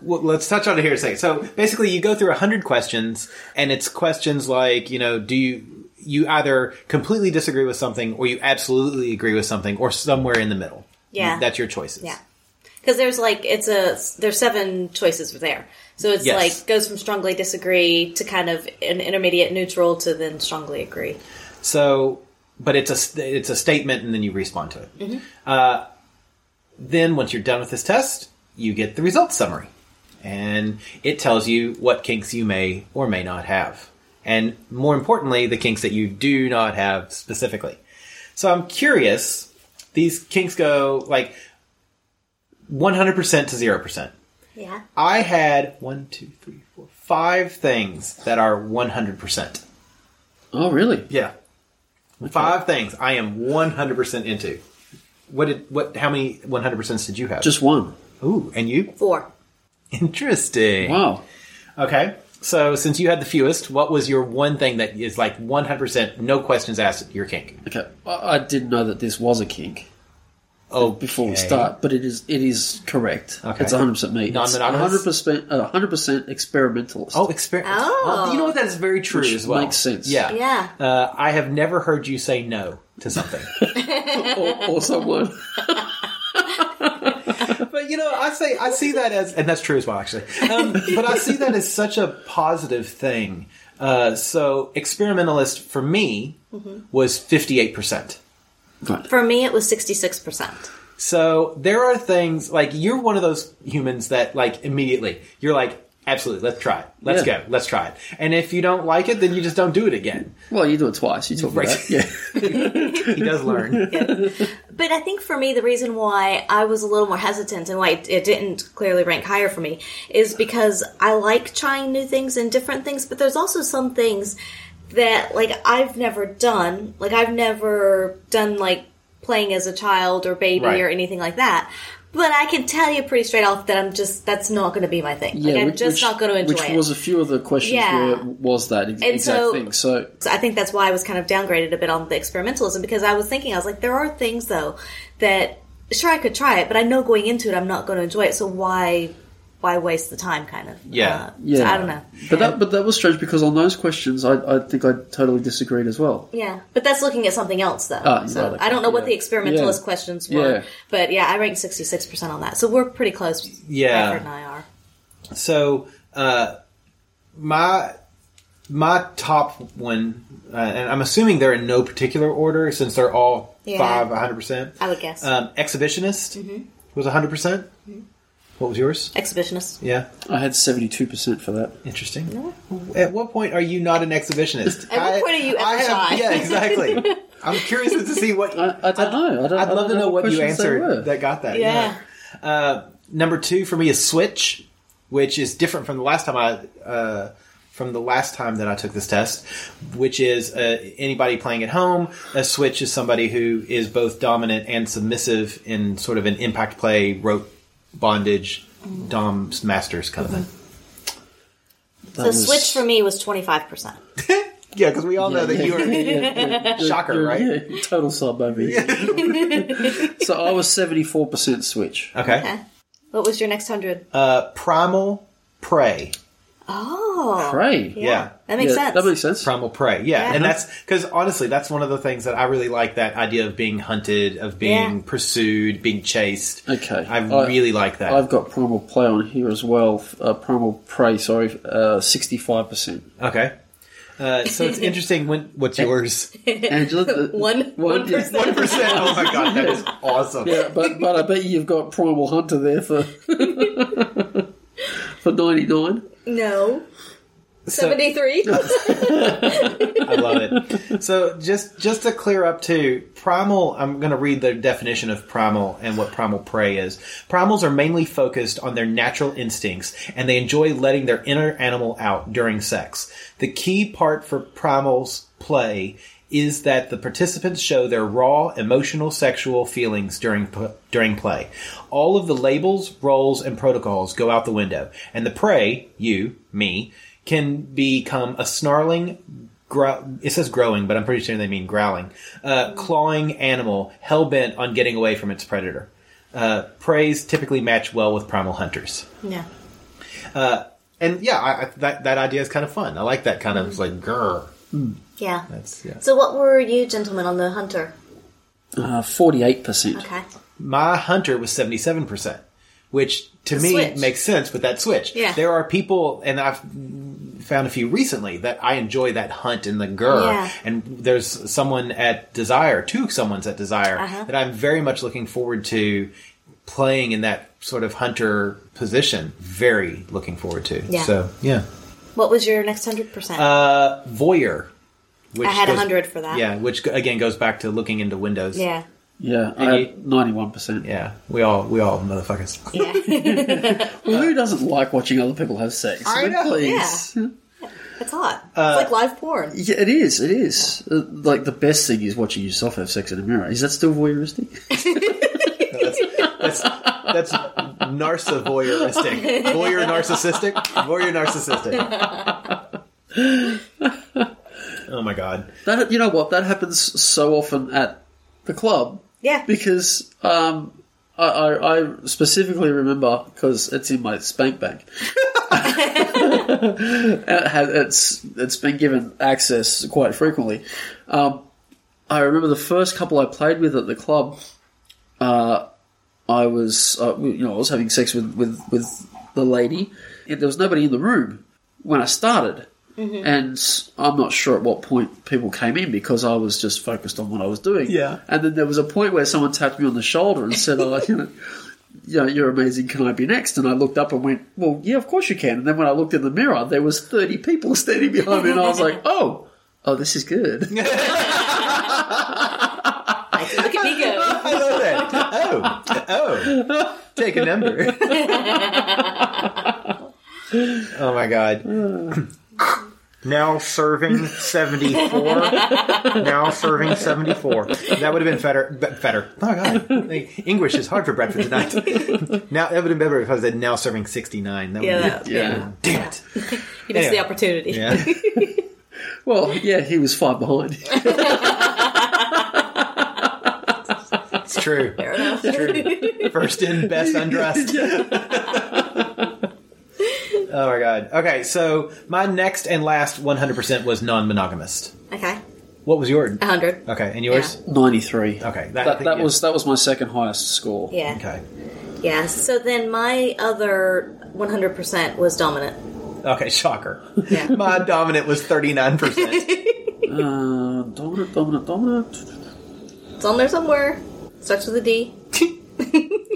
[SPEAKER 5] well, let's touch on it here in a second. So basically, you go through a hundred questions, and it's questions like, you know, do you you either completely disagree with something, or you absolutely agree with something, or somewhere in the middle.
[SPEAKER 4] Yeah.
[SPEAKER 5] that's your choices.
[SPEAKER 4] Yeah. Because there's like it's a there's seven choices there, so it's
[SPEAKER 5] Yes.
[SPEAKER 4] like goes from strongly disagree to kind of an intermediate neutral to then strongly agree.
[SPEAKER 5] So, but it's a st- it's a statement, and then you respond to it. Uh, then once you're done with this test, you get the results summary, and it tells you what kinks you may or may not have, and more importantly, the kinks that you do not have specifically. So I'm curious. These kinks go like 100% to 0%.
[SPEAKER 4] Yeah.
[SPEAKER 5] I had one, two, three, four, five things that are 100%.
[SPEAKER 6] Oh, really?
[SPEAKER 5] Yeah. Five things I am 100% into. What did what how many 100%s did you have?
[SPEAKER 6] Just one.
[SPEAKER 5] Ooh, and you?
[SPEAKER 4] Four.
[SPEAKER 5] Interesting.
[SPEAKER 6] Wow.
[SPEAKER 5] Okay. So since you had the fewest, what was your one thing that is like 100% no questions asked, your kink?
[SPEAKER 6] Okay, I I didn't know that this was a kink
[SPEAKER 5] Oh,
[SPEAKER 6] before we start, but it is it is correct.
[SPEAKER 5] Okay.
[SPEAKER 6] It's 100% me.
[SPEAKER 5] Non-monogamous?
[SPEAKER 6] It's 100%, uh, 100% experimentalist.
[SPEAKER 5] Oh, experience.
[SPEAKER 4] Oh.
[SPEAKER 5] you know what? That is very true
[SPEAKER 6] Which
[SPEAKER 5] as well.
[SPEAKER 6] makes sense.
[SPEAKER 5] Yeah.
[SPEAKER 4] Yeah.
[SPEAKER 5] Uh, I have never heard you say no to
[SPEAKER 6] (laughs)
[SPEAKER 5] something.
[SPEAKER 6] Or, or someone.
[SPEAKER 5] but you know, I say I see that as, and that's true as well, actually. Um, but I see that as such a positive thing. Uh, so experimentalist for me was fifty eight percent.
[SPEAKER 6] Right.
[SPEAKER 4] For me, it was 66%.
[SPEAKER 5] So there are things like you're one of those humans that like immediately you're like, absolutely, let's try it, let's
[SPEAKER 6] Yeah.
[SPEAKER 5] go, let's try it. And if you don't like it, then you just don't do it again.
[SPEAKER 6] Well, you do it twice. You talk
[SPEAKER 5] Right.
[SPEAKER 6] about it.
[SPEAKER 4] (laughs)
[SPEAKER 6] Yeah.
[SPEAKER 5] He does learn.
[SPEAKER 4] But I think for me, the reason why I was a little more hesitant and why it it didn't clearly rank higher for me is because I like trying new things and different things, but there's also some things that, like, I've never done. Like, I've never done, like, playing as a child or baby
[SPEAKER 5] Right.
[SPEAKER 4] or anything like that. But I can tell you pretty straight off that I'm just, that's not going to be my thing.
[SPEAKER 6] yeah
[SPEAKER 4] like, I'm just not going to enjoy
[SPEAKER 6] Which
[SPEAKER 4] it.
[SPEAKER 6] was a few of the questions
[SPEAKER 4] Yeah.
[SPEAKER 6] where it was that ex- exact
[SPEAKER 4] so-
[SPEAKER 6] thing. So,
[SPEAKER 4] So I think that's why I was kind of downgraded a bit on the experimentalism because I was thinking, I was like, there are things though that sure I could try it, but I know going into it I'm not going to enjoy it, so why why waste the time kind of?
[SPEAKER 5] Yeah.
[SPEAKER 4] Uh, so
[SPEAKER 6] Yeah.
[SPEAKER 4] I don't know.
[SPEAKER 6] but that but that was strange because on those questions, I, I think I totally disagreed as well.
[SPEAKER 4] Yeah. But that's looking at something else though.
[SPEAKER 6] Ah,
[SPEAKER 4] so
[SPEAKER 6] right,
[SPEAKER 4] I don't know what
[SPEAKER 6] yeah.
[SPEAKER 4] the experimentalist
[SPEAKER 6] Yeah.
[SPEAKER 4] questions were.
[SPEAKER 6] Yeah.
[SPEAKER 4] But yeah, I ranked sixty six percent on that. So we're pretty close.
[SPEAKER 5] Yeah.
[SPEAKER 4] Bradford and I are.
[SPEAKER 5] So uh, my my top one, uh, and I'm assuming they're in no particular order since they're all
[SPEAKER 4] Yeah.
[SPEAKER 5] five 100. percent
[SPEAKER 4] I Mm-hmm. would guess.
[SPEAKER 5] Um, exhibitionist was 100. percent
[SPEAKER 4] Mm-hmm.
[SPEAKER 5] What was yours?
[SPEAKER 4] Exhibitionist.
[SPEAKER 5] Yeah,
[SPEAKER 6] I had seventy two percent for that.
[SPEAKER 5] interesting. At what point are you not an exhibitionist?
[SPEAKER 4] At what point are you
[SPEAKER 5] I
[SPEAKER 4] ever shy?
[SPEAKER 5] have,
[SPEAKER 4] (laughs)
[SPEAKER 5] yeah, exactly. I'm curious to see what.
[SPEAKER 6] I, I don't know. I don't,
[SPEAKER 5] I'd
[SPEAKER 6] I
[SPEAKER 5] love to
[SPEAKER 6] don't
[SPEAKER 5] know what you
[SPEAKER 6] questions they were.
[SPEAKER 5] answered that got that.
[SPEAKER 4] Yeah.
[SPEAKER 5] Uh, number two for me is Switch, which is different from the last time I uh, from the last time that I took this test, which is uh, anybody playing at home. A Switch is somebody who is both dominant and submissive in sort of an impact play, rope bondage,
[SPEAKER 4] Mm.
[SPEAKER 5] dom masters kind of thing.
[SPEAKER 4] So
[SPEAKER 6] That was-
[SPEAKER 4] switch for me was twenty five percent.
[SPEAKER 5] Yeah, because we all know that you are
[SPEAKER 6] yeah, (laughs) yeah.
[SPEAKER 5] Shocker,
[SPEAKER 6] You're-
[SPEAKER 5] right?
[SPEAKER 6] Yeah, total sub over
[SPEAKER 4] (laughs)
[SPEAKER 6] here. so I was seventy four percent switch.
[SPEAKER 5] okay.
[SPEAKER 4] What was your next hundred?
[SPEAKER 5] Uh, primal prey.
[SPEAKER 4] oh.
[SPEAKER 6] Pray.
[SPEAKER 4] Yeah.
[SPEAKER 5] yeah.
[SPEAKER 4] That makes
[SPEAKER 6] Yeah,
[SPEAKER 4] sense.
[SPEAKER 6] That makes sense.
[SPEAKER 5] primal prey yeah,
[SPEAKER 4] Yeah.
[SPEAKER 5] and that's because honestly that's one of the things that i really like that idea of being hunted of being
[SPEAKER 4] Yeah.
[SPEAKER 5] pursued being chased
[SPEAKER 6] Okay.
[SPEAKER 5] i,
[SPEAKER 6] I-
[SPEAKER 5] really like that
[SPEAKER 6] I've got primal play on here as well. Uh, primal prey, sorry, sixty five percent.
[SPEAKER 5] okay uh, so
[SPEAKER 6] (laughs)
[SPEAKER 5] it's interesting when what's yours
[SPEAKER 6] Angela, the-
[SPEAKER 4] (laughs) One- one
[SPEAKER 6] yeah.
[SPEAKER 4] percent.
[SPEAKER 5] percent oh my god that is awesome
[SPEAKER 6] Yeah, (laughs) but but I bet you've got Primal Hunter there for (laughs) for ninety nine.
[SPEAKER 4] No.
[SPEAKER 5] So-
[SPEAKER 6] (laughs)
[SPEAKER 4] 73?
[SPEAKER 5] I love it. So just just to clear up too, primal. I'm going to read the definition of primal and what primal prey is. Primals are mainly focused on their natural instincts, and they enjoy letting their inner animal out during sex. The key part for primals play is that the participants show their raw emotional sexual feelings during p- during play. All of the labels, roles, and protocols go out the window, and the prey, you, me, can become a snarling, grow- it says growing, but I'm pretty sure they mean growling. Uh, clawing animal hell bent on getting away from its predator. Uh, preys typically match well with primal hunters,
[SPEAKER 4] no.
[SPEAKER 5] and yeah, I, I, that that idea is kind of fun. I like that kind of it's like grr.
[SPEAKER 4] Yeah.
[SPEAKER 5] That's, yeah.
[SPEAKER 4] So, what were you, gentlemen, on the hunter?
[SPEAKER 6] Forty eight Uh, percent.
[SPEAKER 4] Okay.
[SPEAKER 5] My hunter was seventy seven percent, which to me
[SPEAKER 4] switch.
[SPEAKER 5] makes sense with that switch.
[SPEAKER 4] Yeah.
[SPEAKER 5] there are people, and I've found a few recently that I enjoy that hunt in the grr.
[SPEAKER 4] Yeah.
[SPEAKER 5] And there's someone at Desire, two someone's at Desire
[SPEAKER 4] Uh-huh.
[SPEAKER 5] that I'm very much looking forward to playing in that sort of hunter position. Very looking forward to.
[SPEAKER 4] Yeah.
[SPEAKER 5] So yeah,
[SPEAKER 4] What was your next 100%?
[SPEAKER 5] uh, voyeur. Which
[SPEAKER 4] I had
[SPEAKER 5] goes-
[SPEAKER 4] 100 for that.
[SPEAKER 5] Yeah, which again goes back to looking into windows.
[SPEAKER 4] Yeah.
[SPEAKER 6] Yeah, I had ninety one percent.
[SPEAKER 5] Yeah, we all we all motherfuckers.
[SPEAKER 4] Yeah.
[SPEAKER 6] Well, who doesn't like watching other people have sex?
[SPEAKER 5] I
[SPEAKER 6] mean,
[SPEAKER 5] know.
[SPEAKER 6] please. Yeah.
[SPEAKER 4] That's hot.
[SPEAKER 5] uh,
[SPEAKER 4] it's like live porn.
[SPEAKER 6] it is. It is. Uh, like the best thing is watching yourself have sex in a mirror. Is that still voyeuristic?
[SPEAKER 5] That's that's narsa voyeuristic. Voyeur narcissistic. Voyeur narcissistic. oh my god.
[SPEAKER 6] That you know what that happens so often at the club
[SPEAKER 5] (laughs)
[SPEAKER 4] Yeah.
[SPEAKER 6] because um, I, I, I specifically remember because it's in my spank bank. (laughs) And it has, it's it's been given access quite frequently. Um, I remember the first couple I played with at the club. Uh, I was uh, you know I was having sex with with with the lady. And there was nobody in the room when I started. And I'm not sure at what point people came in because I was just focused on what I was doing.
[SPEAKER 5] Yeah.
[SPEAKER 6] And then there was a point where someone tapped me on the shoulder and said, oh, (laughs) you know, you know, you're amazing. Can I be next? And I looked up and went, well, yeah, of course you can. And then when I looked in the mirror, there was 30 people (laughs) standing behind me. And I was like, oh, oh, this is good.
[SPEAKER 4] Like, look at me go.
[SPEAKER 5] I love that. Oh. Oh. Take a (laughs) number. oh my god. Now serving 74. now serving 74. That would have been Fetter. Be- Fetter. Oh, God. Like, English is hard for Bradford tonight. (laughs) now, that would have been better if I said now serving 69. That would
[SPEAKER 4] (laughs) Yeah,
[SPEAKER 5] be-
[SPEAKER 4] that- yeah.
[SPEAKER 5] Damn it.
[SPEAKER 4] You missed
[SPEAKER 5] Anyway.
[SPEAKER 4] the opportunity.
[SPEAKER 5] Yeah.
[SPEAKER 6] Well, yeah, he was far behind.
[SPEAKER 5] It's
[SPEAKER 4] (laughs)
[SPEAKER 5] true.
[SPEAKER 4] (laughs) Fair enough.
[SPEAKER 5] True. First in, best
[SPEAKER 6] (laughs)
[SPEAKER 5] undressed. oh my god. Okay, so my next and last 100% was non-monogamist.
[SPEAKER 4] Okay.
[SPEAKER 5] What was yours?
[SPEAKER 4] 100.
[SPEAKER 5] Okay, and yours?
[SPEAKER 6] 93.
[SPEAKER 5] Okay, that-
[SPEAKER 6] That, that
[SPEAKER 5] yeah.
[SPEAKER 6] was that was my second highest score.
[SPEAKER 4] Yeah.
[SPEAKER 5] Okay.
[SPEAKER 4] Yeah. So then my other 100% was dominant.
[SPEAKER 5] Okay, shocker.
[SPEAKER 4] Yeah.
[SPEAKER 5] (laughs) My dominant
[SPEAKER 4] (laughs)
[SPEAKER 5] was 39%.
[SPEAKER 6] Uh, dominant, dominant, dominant.
[SPEAKER 4] It's on there somewhere. Starts with a D.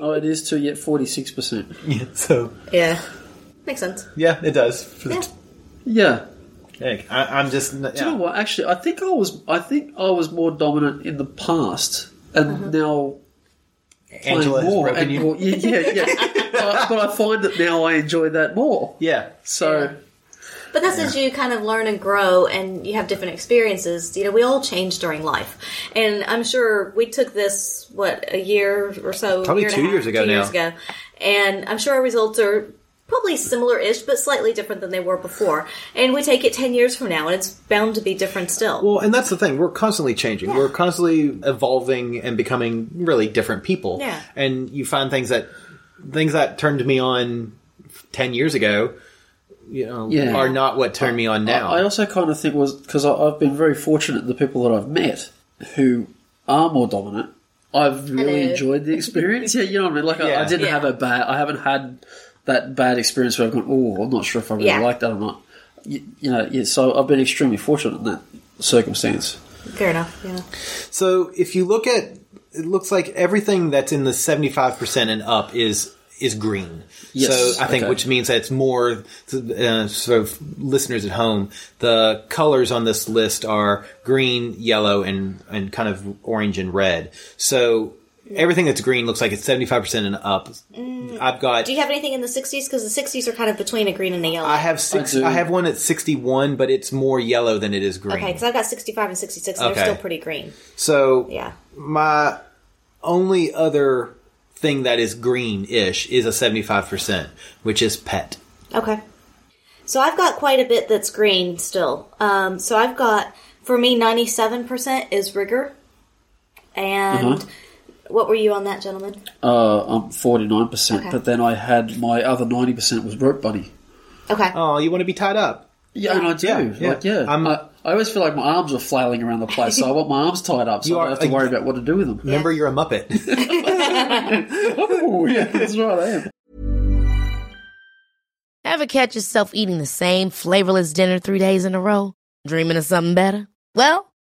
[SPEAKER 6] Oh, it is too, yet 46%.
[SPEAKER 5] Yeah, so,
[SPEAKER 4] Yeah. Makes sense.
[SPEAKER 5] yeah, it does.
[SPEAKER 4] Yeah.
[SPEAKER 6] Yeah.
[SPEAKER 5] Heck, I, I'm just... Yeah.
[SPEAKER 6] Do you know what? Actually, I think I was. I think I was more dominant in the past, and now playing
[SPEAKER 5] Angela has
[SPEAKER 6] more.
[SPEAKER 5] broken
[SPEAKER 6] and
[SPEAKER 5] you.
[SPEAKER 6] more- yeah, yeah,
[SPEAKER 5] (laughs)
[SPEAKER 6] yeah. Uh, but I find that now I enjoy that more.
[SPEAKER 5] Yeah.
[SPEAKER 6] So
[SPEAKER 4] But that's as you kind of learn and grow and you have different experiences. You know, we all change during life. And I'm sure we took this, what, a year or so?
[SPEAKER 5] Probably
[SPEAKER 4] year and a
[SPEAKER 5] two
[SPEAKER 4] half,
[SPEAKER 5] years ago
[SPEAKER 4] two years
[SPEAKER 5] now.
[SPEAKER 4] ago. And I'm sure our results are probably similar ish, but slightly different than they were before. And we take it 10 years from now and it's bound to be different still.
[SPEAKER 5] Well, and that's the thing. We're constantly changing. We're constantly evolving and becoming really different people.
[SPEAKER 4] Yeah.
[SPEAKER 5] And you find things that things that turned me on ten years ago, you know,
[SPEAKER 6] Yeah.
[SPEAKER 5] are not what turned me on now.
[SPEAKER 6] I also kind of think was because I've been very fortunate. The people that I've met who are more dominant, I've really
[SPEAKER 4] Hello.
[SPEAKER 6] enjoyed the
[SPEAKER 5] (laughs)
[SPEAKER 6] experience. yeah, you know what I mean. Like I, I
[SPEAKER 5] Yeah.
[SPEAKER 6] didn't
[SPEAKER 4] Yeah.
[SPEAKER 6] have a bad. I haven't had that bad experience where I've gone. Oh, I'm not sure if I really
[SPEAKER 4] Yeah.
[SPEAKER 6] like that or not. You, you know. Yeah, so I've been extremely fortunate in that circumstance.
[SPEAKER 4] Fair enough. Yeah.
[SPEAKER 5] so if you look at it looks like everything that's in the seventy five percent and up is is green.
[SPEAKER 6] Yes.
[SPEAKER 5] So I think
[SPEAKER 6] Okay.
[SPEAKER 5] which means that it's more uh, sort of listeners at home. The colors on this list are green, yellow, and and kind of orange and red. So everything that's green looks like it's seventy five percent and up. I've
[SPEAKER 4] Mm.
[SPEAKER 5] got.
[SPEAKER 4] Do you have anything in the 60s? Because the 60s are kind of between a green and a yellow.
[SPEAKER 5] I have six.
[SPEAKER 6] I do.
[SPEAKER 5] I, have one at sixty one, but it's more yellow than it is green.
[SPEAKER 4] Okay, because I've got 65 and 66, and
[SPEAKER 5] Okay.
[SPEAKER 4] they're still pretty green.
[SPEAKER 5] So
[SPEAKER 4] Yeah.
[SPEAKER 5] my only other thing that is green-ish is a 75%, which is pet.
[SPEAKER 4] Okay. So I've got quite a bit that's green still. Um, so I've got, for me, 97% is rigor. And what were you on that, gentlemen?
[SPEAKER 6] Uh, I'm 49, percent
[SPEAKER 4] Okay.
[SPEAKER 6] but then I had my other 90 percent was rope bunny.
[SPEAKER 4] Okay.
[SPEAKER 5] Oh, you want to be tied up?
[SPEAKER 6] Yeah, and I do.
[SPEAKER 5] Yeah, yeah.
[SPEAKER 6] Like, yeah.
[SPEAKER 5] I'm-
[SPEAKER 6] i I always feel like my arms are flailing around the place, so I want my arms tied up, so
[SPEAKER 5] You
[SPEAKER 6] I
[SPEAKER 5] are-
[SPEAKER 6] don't have to worry about what to do with them.
[SPEAKER 5] Remember, you're a (laughs) Muppet.
[SPEAKER 6] Oh,
[SPEAKER 5] (laughs)
[SPEAKER 6] yeah, that's right, I am.
[SPEAKER 7] Ever catch yourself eating the same flavorless dinner three days in a row? Dreaming of something better? Well,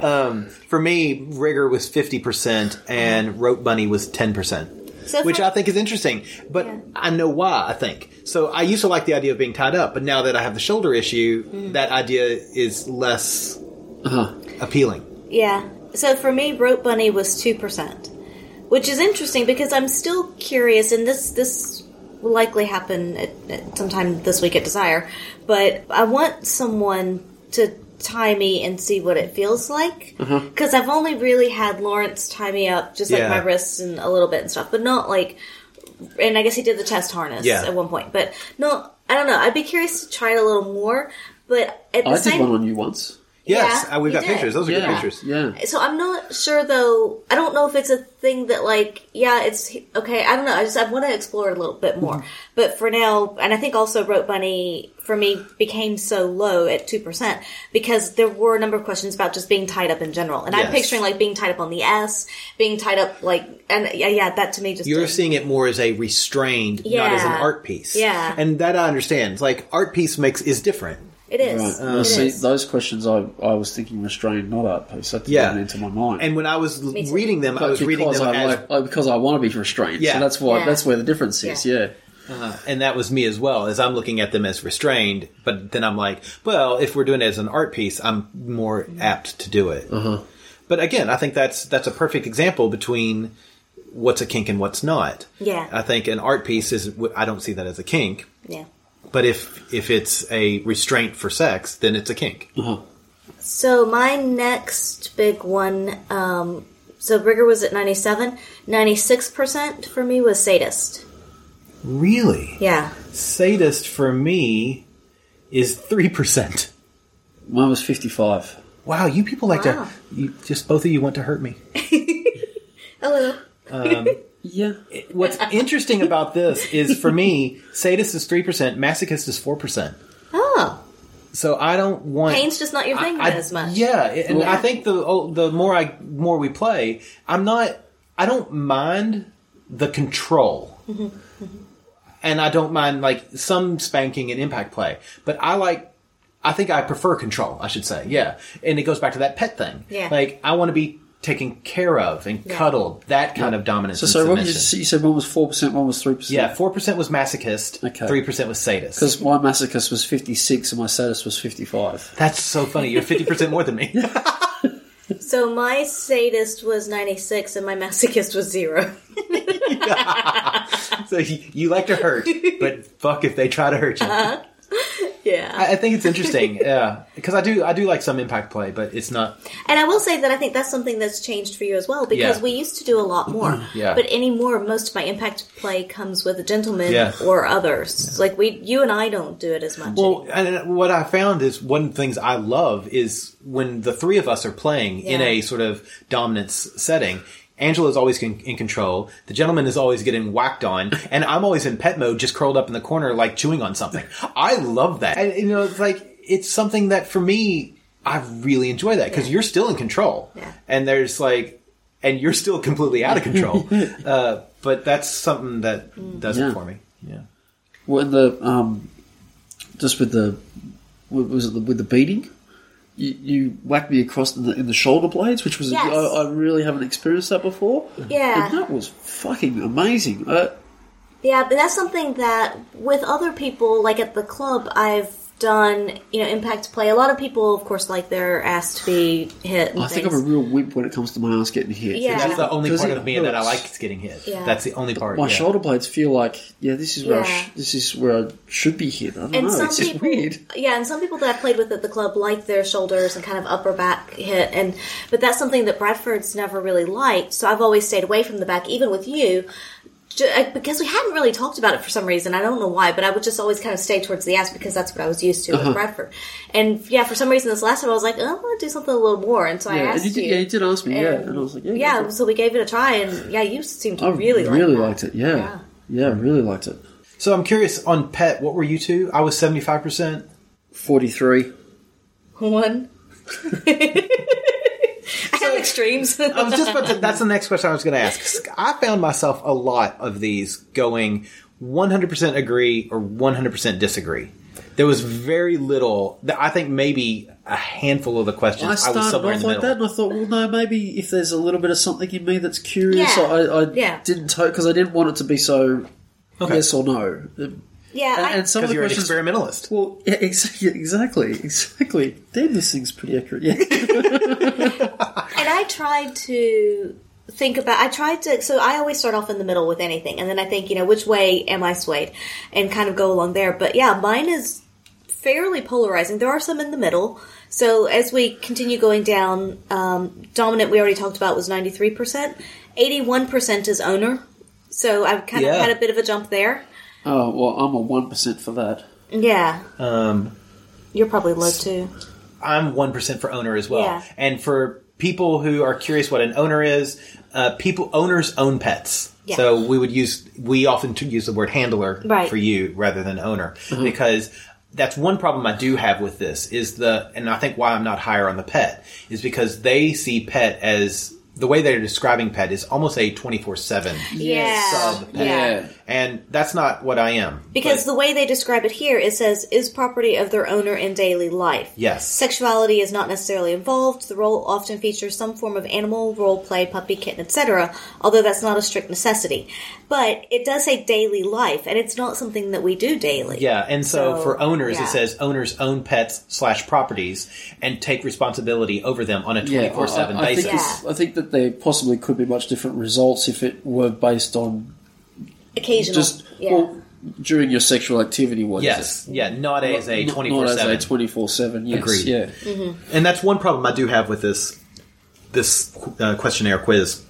[SPEAKER 5] Um, for me, rigor was fifty percent, and rope bunny was ten percent,
[SPEAKER 4] So
[SPEAKER 5] which
[SPEAKER 4] for-
[SPEAKER 5] I think is interesting. But I know why. I think so. I used to like the idea of being tied up, but now that I have the shoulder issue,
[SPEAKER 4] Mm.
[SPEAKER 5] that idea is less Uh-huh. appealing.
[SPEAKER 4] Yeah. So for me, Rope Bunny was two percent, which is interesting because I'm still curious, and this this will likely happen at, at sometime this week at Desire, but I want someone to tie me and see what it feels like
[SPEAKER 5] Uh-huh.
[SPEAKER 4] because I've only really had Lawrence tie me up just like
[SPEAKER 5] Yeah.
[SPEAKER 4] my wrists and a little bit and stuff, but not like. And I guess he did the chest harness
[SPEAKER 5] Yeah.
[SPEAKER 4] at one point, but no, I don't know. I'd be curious to try it a little more, but
[SPEAKER 5] Oh,
[SPEAKER 4] at the
[SPEAKER 6] I did
[SPEAKER 4] same
[SPEAKER 6] one on you once.
[SPEAKER 5] Yes,
[SPEAKER 4] Yeah,
[SPEAKER 5] uh, we've
[SPEAKER 4] you
[SPEAKER 5] got
[SPEAKER 4] did.
[SPEAKER 5] pictures. Those are good
[SPEAKER 6] Yeah,
[SPEAKER 5] pictures.
[SPEAKER 6] yeah.
[SPEAKER 4] So I'm not sure though. I don't know if it's a thing that like, yeah, it's okay. I don't know. I just I want to explore it a little bit
[SPEAKER 5] Mm-hmm.
[SPEAKER 4] more. But for now, and I think also Rope Bunny for me became so low at two percent because there were a number of questions about just being tied up in general, and I'm
[SPEAKER 5] Yes.
[SPEAKER 4] picturing like being tied up on the S, being tied up like, and yeah, yeah, that to me just
[SPEAKER 5] You're
[SPEAKER 4] didn't-
[SPEAKER 5] seeing it more as a restrained, not as an
[SPEAKER 4] Yeah.
[SPEAKER 5] art piece.
[SPEAKER 4] Yeah.
[SPEAKER 5] and that I understand. Like art piece makes is different.
[SPEAKER 4] it is.
[SPEAKER 6] Right.
[SPEAKER 4] It
[SPEAKER 5] Uh,
[SPEAKER 6] Now, see,
[SPEAKER 4] is.
[SPEAKER 6] those questions I, I was thinking restrained, not art piece. That didn't
[SPEAKER 5] Yeah.
[SPEAKER 6] even enter my mind.
[SPEAKER 5] And when I was l- reading them, I
[SPEAKER 6] But
[SPEAKER 5] was reading
[SPEAKER 6] because
[SPEAKER 5] them
[SPEAKER 6] I
[SPEAKER 5] as,
[SPEAKER 6] like- I- because I want to be restrained.
[SPEAKER 5] Yeah.
[SPEAKER 6] So that's why
[SPEAKER 4] Yeah.
[SPEAKER 6] that's where the difference is. Yeah.
[SPEAKER 5] and that was me as well. As I'm looking at them as restrained, but then I'm like, well, if we're doing it as an art piece, I'm more apt to do it.
[SPEAKER 6] Uh-huh.
[SPEAKER 5] But again, I think that's that's a perfect example between what's a kink and what's not.
[SPEAKER 4] Yeah.
[SPEAKER 5] I think an art piece is. I don't see that as a kink.
[SPEAKER 4] yeah.
[SPEAKER 5] But if if it's a restraint for sex, then it's a kink.
[SPEAKER 6] Uh-huh.
[SPEAKER 4] So my next big one, um, so Rigger was at 97. 96% for me was Sadist.
[SPEAKER 5] Really,
[SPEAKER 4] Yeah.
[SPEAKER 5] sadist for me is three percent.
[SPEAKER 6] Mine was fifty five.
[SPEAKER 5] Wow, you people like
[SPEAKER 4] Wow.
[SPEAKER 5] to. You, just both of you want to hurt me.
[SPEAKER 4] Hello.
[SPEAKER 6] Yeah.
[SPEAKER 5] What's
[SPEAKER 4] (laughs)
[SPEAKER 5] interesting about this is for me, sadist is 3%, masochist is 4%.
[SPEAKER 4] Oh.
[SPEAKER 5] So I don't want.
[SPEAKER 4] Pain's just not your thing
[SPEAKER 5] I-
[SPEAKER 4] then as much.
[SPEAKER 5] Yeah, and I think the oh, the more I more we play, I'm not. I don't mind the control,
[SPEAKER 4] Mm-hmm.
[SPEAKER 5] and I don't mind like some spanking and impact play. But I like. I think I prefer control. I should say, yeah. And it goes back to that pet thing.
[SPEAKER 4] Yeah.
[SPEAKER 5] like I want to be taken care of and cuddled. That kind of dominance.
[SPEAKER 6] So
[SPEAKER 5] and
[SPEAKER 6] so what you,
[SPEAKER 5] submission.
[SPEAKER 6] you said one was four percent, one was three percent.
[SPEAKER 5] Yeah, four percent was masochist.
[SPEAKER 6] Okay.
[SPEAKER 5] Three percent was sadist.
[SPEAKER 6] Because my masochist was fifty six and my sadist was fifty five.
[SPEAKER 5] That's so funny. You're fifty percent more than
[SPEAKER 6] (laughs)
[SPEAKER 5] me.
[SPEAKER 4] So my Sadist was 96 and my Masochist was
[SPEAKER 5] (laughs)
[SPEAKER 4] zero.
[SPEAKER 5] so you, you like to hurt, but fuck if they try to hurt you.
[SPEAKER 4] yeah.
[SPEAKER 5] I, I think it's interesting. Yeah, because I do. I do like some impact play, but it's not.
[SPEAKER 4] And I will say that I think that's something that's changed for you as well because
[SPEAKER 5] Yeah. Mm-hmm.
[SPEAKER 4] we used to do a lot more.
[SPEAKER 5] Yeah.
[SPEAKER 4] But anymore, most of my impact play comes with a gentleman
[SPEAKER 5] Yeah.
[SPEAKER 4] or others. Like we, you and I don't do it as much.
[SPEAKER 5] Well, and uh, what I found is one of the things I love is when the three of us are playing in
[SPEAKER 4] Yeah.
[SPEAKER 5] a sort of dominance setting. Angela's always con- in control. The gentleman is always getting whacked (laughs) on, and I'm always in pet mode, just curled up in the corner, like chewing on something. I love that. And, you know, it's like it's something that for me, I really enjoy that because you're still in control,
[SPEAKER 4] Yeah.
[SPEAKER 5] and there's like, and you're still completely out of (laughs) control. uh, but that's something that does
[SPEAKER 6] Yeah.
[SPEAKER 5] it for me. Yeah.
[SPEAKER 6] Well, in the um, just with the what was it the, with the beating? You, you whacked me across in the, in the shoulder blades, which was
[SPEAKER 4] Yes.
[SPEAKER 6] I, I really haven't experienced that before.
[SPEAKER 4] Yeah.
[SPEAKER 6] and that was fucking amazing. Uh,
[SPEAKER 4] Yeah, but that's something that with other people, like at the club, I've done, you know, impact play. A lot of people, of course, like their ass to be hit. And
[SPEAKER 6] I think I'm
[SPEAKER 4] things.
[SPEAKER 6] a real wimp when it comes to my ass getting hit.
[SPEAKER 4] Yeah.
[SPEAKER 5] That's the only
[SPEAKER 6] Does
[SPEAKER 5] part
[SPEAKER 6] it
[SPEAKER 5] of me
[SPEAKER 6] hurt?
[SPEAKER 5] that I like is getting hit.
[SPEAKER 4] Yeah.
[SPEAKER 5] That's the only part.
[SPEAKER 6] My
[SPEAKER 5] yeah.
[SPEAKER 6] shoulder blades feel like, yeah, this is where I
[SPEAKER 4] Yeah.
[SPEAKER 6] sh- this is where I should be hit. I don't
[SPEAKER 4] and
[SPEAKER 6] know.
[SPEAKER 4] some
[SPEAKER 6] it's just
[SPEAKER 4] people,
[SPEAKER 6] weird.
[SPEAKER 4] yeah, and some people that I played with at the club like their shoulders and kind of upper back hit, and but that's something that Bradford's never really liked. So I've always stayed away from the back, even with you, ju- I- because we hadn't really talked about it for some reason. I don't know why, but I would just always kind of stay towards the ass because that's what I was used to
[SPEAKER 6] Uh-huh.
[SPEAKER 4] with Bradford. And yeah, for some reason, this last time I was like, oh, I want to do something a little more, and so I
[SPEAKER 6] Yeah, and
[SPEAKER 4] asked
[SPEAKER 6] you did,
[SPEAKER 4] you.
[SPEAKER 6] yeah, you did ask me, yeah,
[SPEAKER 4] and-
[SPEAKER 6] and I was like, yeah,
[SPEAKER 4] yeah,
[SPEAKER 6] that's
[SPEAKER 4] so we gave it a try, and yeah, you seemed
[SPEAKER 6] it.
[SPEAKER 4] to
[SPEAKER 6] I
[SPEAKER 4] really,
[SPEAKER 6] really,
[SPEAKER 4] like that.
[SPEAKER 6] liked it. Yeah. yeah, I really liked it.
[SPEAKER 5] So I'm curious on pet. What were you two? I was 75. percent
[SPEAKER 6] Forty three.
[SPEAKER 4] (laughs) One. I have extremes.
[SPEAKER 5] I was just about to. That's the next question I was going to ask. I found myself a lot of these going 100% agree or 100% disagree. There was very little. that- I think maybe a handful of the questions
[SPEAKER 6] I
[SPEAKER 5] I, was
[SPEAKER 6] started off
[SPEAKER 5] somewhere in
[SPEAKER 6] like
[SPEAKER 5] the middle.
[SPEAKER 6] that, and I thought, well, no, maybe if there's a little bit of something in me that's curious,
[SPEAKER 4] Yeah.
[SPEAKER 6] I, I
[SPEAKER 4] Yeah.
[SPEAKER 6] didn't because I didn't want it to be so yes or no. And,
[SPEAKER 4] (laughs) yeah, I,
[SPEAKER 6] and some of
[SPEAKER 5] Because
[SPEAKER 6] the
[SPEAKER 5] you're an
[SPEAKER 6] questions,
[SPEAKER 5] experimentalist.
[SPEAKER 6] well, yeah, (laughs) ex- yeah, exactly, exactly. Damn, this thing's pretty accurate.
[SPEAKER 5] (laughs)
[SPEAKER 6] Yeah,
[SPEAKER 4] and I tried to think about. I tried to. So I always start off in the middle with anything, and then I think, you know, which way am I swayed, and kind of go along there. But yeah, mine is fairly polarizing. There are some in the middle. So as we continue going down, um, dominant we already talked about was ninety three percent. Eighty one percent is owner. So I've kind of
[SPEAKER 5] Yeah.
[SPEAKER 4] had a bit of a jump there.
[SPEAKER 6] oh well, I'm a one percent for that.
[SPEAKER 4] Yeah,
[SPEAKER 5] Um,
[SPEAKER 4] you're probably low too.
[SPEAKER 5] I'm one percent for owner as well.
[SPEAKER 4] Yeah.
[SPEAKER 5] And for people who are curious what an owner is, uh, people owners own pets.
[SPEAKER 4] Yeah.
[SPEAKER 5] So we would use we often t- use the word handler
[SPEAKER 4] Right.
[SPEAKER 5] for you rather than owner because that's one problem I do have with this is the and I think why I'm not higher on the pet is because they see pet as the way they're describing pet is almost a 24 7
[SPEAKER 4] Yeah.
[SPEAKER 5] sub pet. And that's not what I am.
[SPEAKER 4] Because
[SPEAKER 5] But-
[SPEAKER 4] the way they describe it here, it says is property of their owner in daily life.
[SPEAKER 5] Yes.
[SPEAKER 4] Sexuality is not necessarily involved. The role often features some form of animal role play, puppy, kitten, etc. Although that's not a strict necessity, but it does say daily life, and it's not something that we do daily.
[SPEAKER 5] Yeah, and so,
[SPEAKER 4] So,
[SPEAKER 5] for owners,
[SPEAKER 4] yeah.
[SPEAKER 5] it says owners own pets slash properties and take responsibility over them on a twenty four seven
[SPEAKER 6] I, I
[SPEAKER 5] basis.
[SPEAKER 6] think it's- I think that there possibly could be much different results if it were based on
[SPEAKER 4] Occasional.
[SPEAKER 6] just
[SPEAKER 4] yeah.
[SPEAKER 6] well, during your sexual activity. What is
[SPEAKER 5] yes,
[SPEAKER 6] it?
[SPEAKER 5] yeah, not as a
[SPEAKER 6] Not-
[SPEAKER 5] twenty four
[SPEAKER 6] Not
[SPEAKER 5] seven.
[SPEAKER 6] as a twenty four seven. Yes,
[SPEAKER 5] Agreed.
[SPEAKER 6] Yeah.
[SPEAKER 5] And that's one problem I do have with this this uh, questionnaire quiz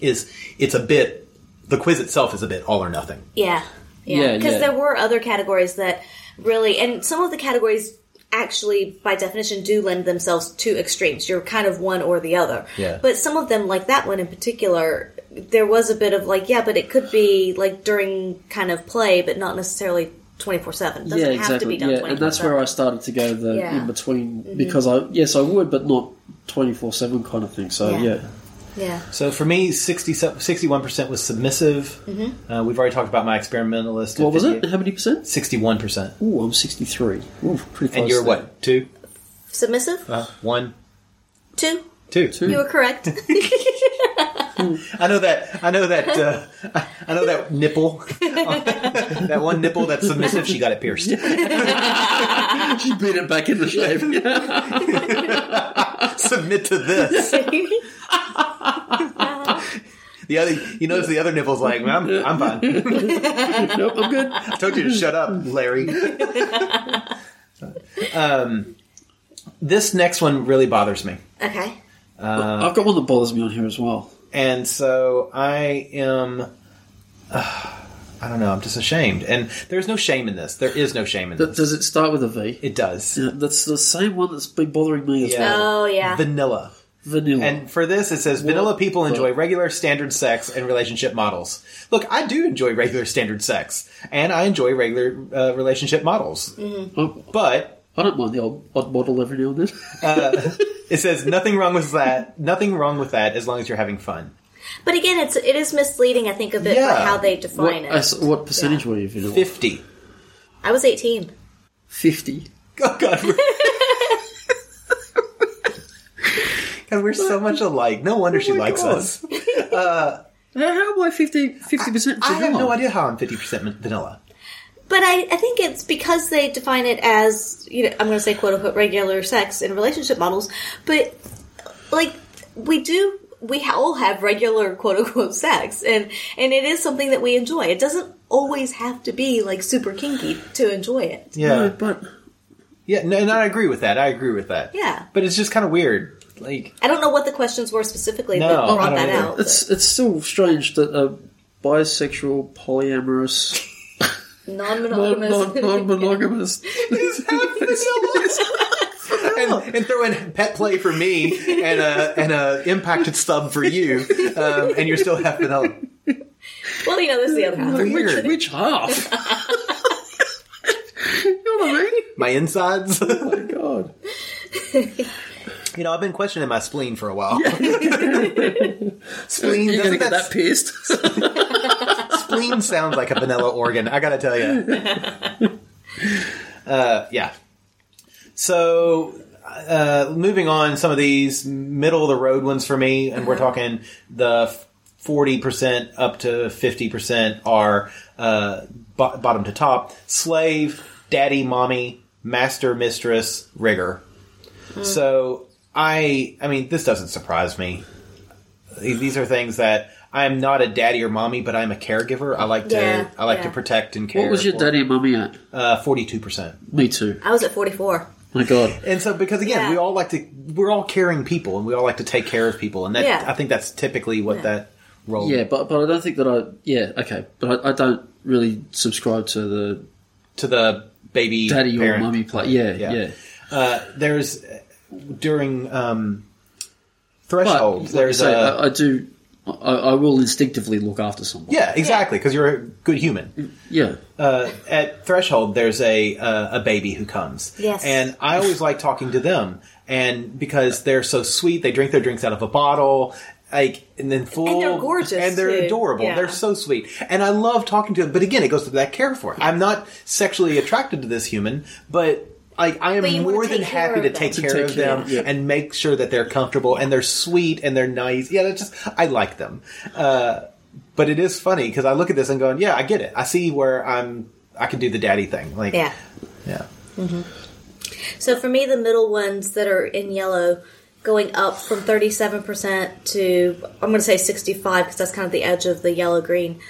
[SPEAKER 5] is it's a bit the quiz itself is a bit all or nothing.
[SPEAKER 4] Yeah. Yeah.
[SPEAKER 6] Yeah,
[SPEAKER 4] Because
[SPEAKER 6] yeah.
[SPEAKER 4] there were other categories that really, and some of the categories actually, by definition, do lend themselves to extremes. You're kind of one or the other.
[SPEAKER 5] Yeah.
[SPEAKER 4] But some of them, like that one in particular, there was a bit of like, yeah, but it could be like during kind of play, but not necessarily 24 7. doesn't
[SPEAKER 6] yeah,
[SPEAKER 4] have
[SPEAKER 6] exactly.
[SPEAKER 4] to be done
[SPEAKER 6] yeah, and that's where I started to go the
[SPEAKER 4] Yeah. Mm-hmm.
[SPEAKER 6] in between because I yes I would, but not twenty four seven kind of thing. So
[SPEAKER 4] Yeah.
[SPEAKER 6] yeah,
[SPEAKER 4] Yeah.
[SPEAKER 5] So for me, 61 percent was submissive. Uh, we've already talked about my experimentalist.
[SPEAKER 6] what was it? How many percent?
[SPEAKER 5] Sixty one percent.
[SPEAKER 6] Ooh, I'm sixty three. Ooh, pretty close.
[SPEAKER 5] And you're
[SPEAKER 6] there.
[SPEAKER 5] what two?
[SPEAKER 4] Submissive?
[SPEAKER 5] Uh, one,
[SPEAKER 4] Two?
[SPEAKER 5] two.
[SPEAKER 4] You were
[SPEAKER 6] (laughs)
[SPEAKER 4] correct. (laughs)
[SPEAKER 5] I know that. I know that. Uh, (laughs) I know that nipple. (laughs) that one nipple that's submissive. She got it pierced. (laughs)
[SPEAKER 6] (laughs) She beat it back into shape. (laughs)
[SPEAKER 5] Submit to this. The other. You notice the other nipple's like, I'm, I'm fine. (laughs)
[SPEAKER 6] nope, I'm good.
[SPEAKER 5] I told you to shut up, Larry. (laughs) um, this next one really bothers me,
[SPEAKER 4] okay.
[SPEAKER 5] Uh,
[SPEAKER 6] I've got one that bothers me on here as well.
[SPEAKER 5] and so I am. ah, I don't know. I'm just ashamed, and there's no shame in this. There is no shame in
[SPEAKER 6] Th-
[SPEAKER 5] this.
[SPEAKER 6] does it start with a V?
[SPEAKER 5] It does.
[SPEAKER 6] Yeah, that's the same one that's been bothering me as
[SPEAKER 5] Yeah.
[SPEAKER 6] well.
[SPEAKER 4] Oh, yeah.
[SPEAKER 5] Vanilla.
[SPEAKER 6] Vanilla.
[SPEAKER 5] And for this, it says vanilla people enjoy regular standard sex and relationship models. Look, I do enjoy regular standard sex, and I enjoy regular uh, relationship models.
[SPEAKER 6] Oh,
[SPEAKER 5] But
[SPEAKER 6] I don't mind the old odd model every now and then. (laughs)
[SPEAKER 5] it says nothing wrong with that. Nothing wrong with that as long as you're having fun.
[SPEAKER 4] But again, it's it is misleading, I think, a bit for
[SPEAKER 5] Yeah.
[SPEAKER 4] how they
[SPEAKER 6] what,
[SPEAKER 4] define
[SPEAKER 6] I
[SPEAKER 4] it.
[SPEAKER 6] s- what percentage were you vanilla?
[SPEAKER 5] Fifty. (laughs)
[SPEAKER 4] I was 18.
[SPEAKER 6] Fifty.
[SPEAKER 5] Oh
[SPEAKER 6] (laughs)
[SPEAKER 5] God. We're... God, we're so much alike. No wonder she likes
[SPEAKER 6] Oh God.
[SPEAKER 5] us.
[SPEAKER 6] Uh, How am I 50 percent vanilla?
[SPEAKER 5] I have no idea how I'm fifty percent vanilla.
[SPEAKER 4] But I, I think it's because they define it as, you know, I'm going to say quote unquote regular sex in relationship models, but like we do, we all have regular quote unquote sex, and and it is something that we enjoy. It doesn't always have to be like super kinky to enjoy it.
[SPEAKER 6] No,
[SPEAKER 5] Yeah,
[SPEAKER 6] but
[SPEAKER 5] yeah, no, and I agree with that. I agree with that.
[SPEAKER 4] Yeah.
[SPEAKER 5] but it's just kind of weird. Like,
[SPEAKER 4] I don't know what the questions were specifically
[SPEAKER 5] No,
[SPEAKER 4] that
[SPEAKER 5] I
[SPEAKER 4] brought
[SPEAKER 5] don't
[SPEAKER 4] that
[SPEAKER 5] either.
[SPEAKER 4] out.
[SPEAKER 6] it's it's still strange that a bisexual, polyamorous,
[SPEAKER 4] non
[SPEAKER 6] non
[SPEAKER 5] (laughs)
[SPEAKER 4] monogamous.
[SPEAKER 6] non monogamous.
[SPEAKER 5] and, and throw in pet play for me and a and a impacted sub for you, um, and you're still half vanilla.
[SPEAKER 4] well, you know, there's the other half.
[SPEAKER 6] Which
[SPEAKER 5] Weird.
[SPEAKER 6] which half?
[SPEAKER 4] (laughs)
[SPEAKER 6] you know what I mean?
[SPEAKER 5] My insides.
[SPEAKER 6] Oh my god.
[SPEAKER 5] you know, I've been questioning my spleen for a while. (laughs) spleen
[SPEAKER 6] You're gonna
[SPEAKER 5] doesn't
[SPEAKER 6] get
[SPEAKER 5] that
[SPEAKER 6] that pierced?
[SPEAKER 5] (laughs) spleen sounds like a vanilla organ. I gotta tell you. Uh, yeah. So, uh, moving on, some of these middle of the road ones for me, and
[SPEAKER 4] Mm-hmm.
[SPEAKER 5] we're talking the forty percent up to fifty percent are uh, bo- bottom to top: slave, daddy, mommy, master, mistress, rigger.
[SPEAKER 4] Hmm.
[SPEAKER 5] So I, I mean, this doesn't surprise me. These these are things that I'm not a daddy or mommy, but I'm a caregiver. I like to,
[SPEAKER 4] Yeah,
[SPEAKER 5] I like
[SPEAKER 4] yeah.
[SPEAKER 5] to protect and care. Uh,
[SPEAKER 6] what was your daddy and mummy at?
[SPEAKER 5] Forty-two percent.
[SPEAKER 6] Me too.
[SPEAKER 4] I was at 44.
[SPEAKER 6] My god.
[SPEAKER 5] And so, because again,
[SPEAKER 4] Yeah.
[SPEAKER 5] we all like to, we're all caring people, and we all like to take care of people, and that
[SPEAKER 4] Yeah.
[SPEAKER 5] I think that's typically what that role.
[SPEAKER 6] Yeah, but but I don't think that I. Yeah, okay, but I, I don't really subscribe to the
[SPEAKER 5] to the baby
[SPEAKER 6] daddy or
[SPEAKER 5] parent.
[SPEAKER 6] mummy play. Yeah,
[SPEAKER 5] Yeah.
[SPEAKER 6] yeah.
[SPEAKER 5] Uh, there's uh, during um,
[SPEAKER 6] But
[SPEAKER 5] threshold.
[SPEAKER 6] like
[SPEAKER 5] Oh, there's
[SPEAKER 6] I, say,
[SPEAKER 5] a
[SPEAKER 6] I, I do. I, I will instinctively look after someone.
[SPEAKER 5] yeah, exactly, because you're a good human.
[SPEAKER 6] yeah.
[SPEAKER 5] uh, at threshold there's a uh, a baby who comes
[SPEAKER 4] Yes.
[SPEAKER 5] and i always like talking to them and because they're so sweet they drink their drinks out of a bottle like and then full
[SPEAKER 4] And they're gorgeous,
[SPEAKER 5] and they're
[SPEAKER 4] too.
[SPEAKER 5] adorable
[SPEAKER 4] Yeah.
[SPEAKER 5] they're so sweet and i love talking to them but again it goes to that care for it i'm not sexually attracted to this human but like I
[SPEAKER 4] But you
[SPEAKER 5] am
[SPEAKER 4] wanna
[SPEAKER 5] more than
[SPEAKER 4] take care
[SPEAKER 5] happy
[SPEAKER 4] of
[SPEAKER 5] to
[SPEAKER 4] them.
[SPEAKER 5] take
[SPEAKER 4] To
[SPEAKER 5] care
[SPEAKER 6] take
[SPEAKER 5] of
[SPEAKER 6] care,
[SPEAKER 5] them
[SPEAKER 6] yeah.
[SPEAKER 5] and make sure that they're comfortable and they're sweet and they're nice. Yeah, that's just I like them. Uh, but it is funny because I look at this and going, yeah, I get it. I see where I'm. I can do the daddy thing. Like,
[SPEAKER 4] Yeah.
[SPEAKER 5] yeah.
[SPEAKER 4] So for me, the middle ones that are in yellow going up from 37% to, I'm going to say 65 because that's kind of the edge of the yellow green.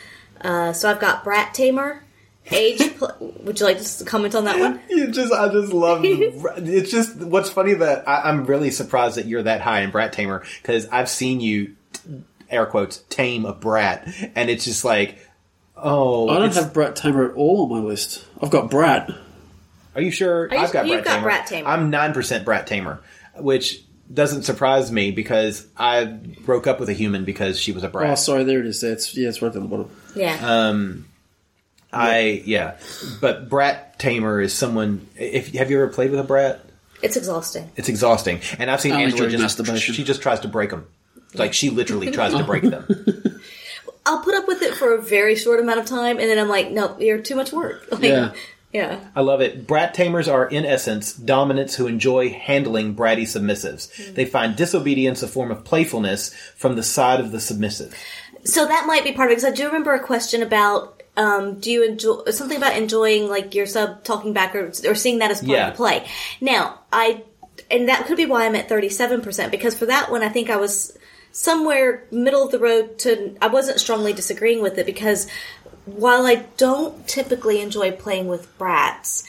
[SPEAKER 4] Uh, so I've got Brat Tamer. Age, pl- would you like to s- comment on that one?
[SPEAKER 5] You just, I just love.
[SPEAKER 4] (laughs)
[SPEAKER 5] it's just what's funny that I, I'm really surprised that you're that high in brat tamer because I've seen you, t- air quotes, tame a brat, and it's just like, oh,
[SPEAKER 6] I don't
[SPEAKER 5] it's-
[SPEAKER 6] have Brat Tamer at all on my list. I've got Brat.
[SPEAKER 5] Are you sure?
[SPEAKER 4] you-
[SPEAKER 5] I've got,
[SPEAKER 4] you've
[SPEAKER 5] brat,
[SPEAKER 4] got
[SPEAKER 5] tamer.
[SPEAKER 4] Brat Tamer.
[SPEAKER 5] I'm nine percent brat tamer, which doesn't surprise me because I broke up with a human because she was a
[SPEAKER 6] Oh,
[SPEAKER 5] brat.
[SPEAKER 6] sorry, there it is. That's yeah, it's right down the bottom.
[SPEAKER 4] Yeah.
[SPEAKER 5] I yeah, but brat tamer is someone. If have you ever played with a brat?
[SPEAKER 4] it's exhausting.
[SPEAKER 5] It's exhausting, and I've seen
[SPEAKER 6] Only
[SPEAKER 5] Angela
[SPEAKER 6] during
[SPEAKER 5] just
[SPEAKER 6] masturbation.
[SPEAKER 5] she just tries to break them. Like she literally tries to break them.
[SPEAKER 4] I'll put up with it for a very short amount of time and then I'm like, nope, you're too much work. (laughs) Like,
[SPEAKER 6] Yeah.
[SPEAKER 4] Yeah.
[SPEAKER 5] I love it. Brat tamers are, in essence, dominants who enjoy handling bratty submissives. They find disobedience a form of playfulness from the side of the submissive.
[SPEAKER 4] So that might be part of it because I do remember a question about um, do you enjoy something about enjoying like your sub talking back or, or seeing that as part
[SPEAKER 5] Yeah.
[SPEAKER 4] of the play. Now I and that could be why I'm at 37 percent because for that one I think I was somewhere middle of the road to I wasn't strongly disagreeing with it because while I don't typically enjoy playing with brats.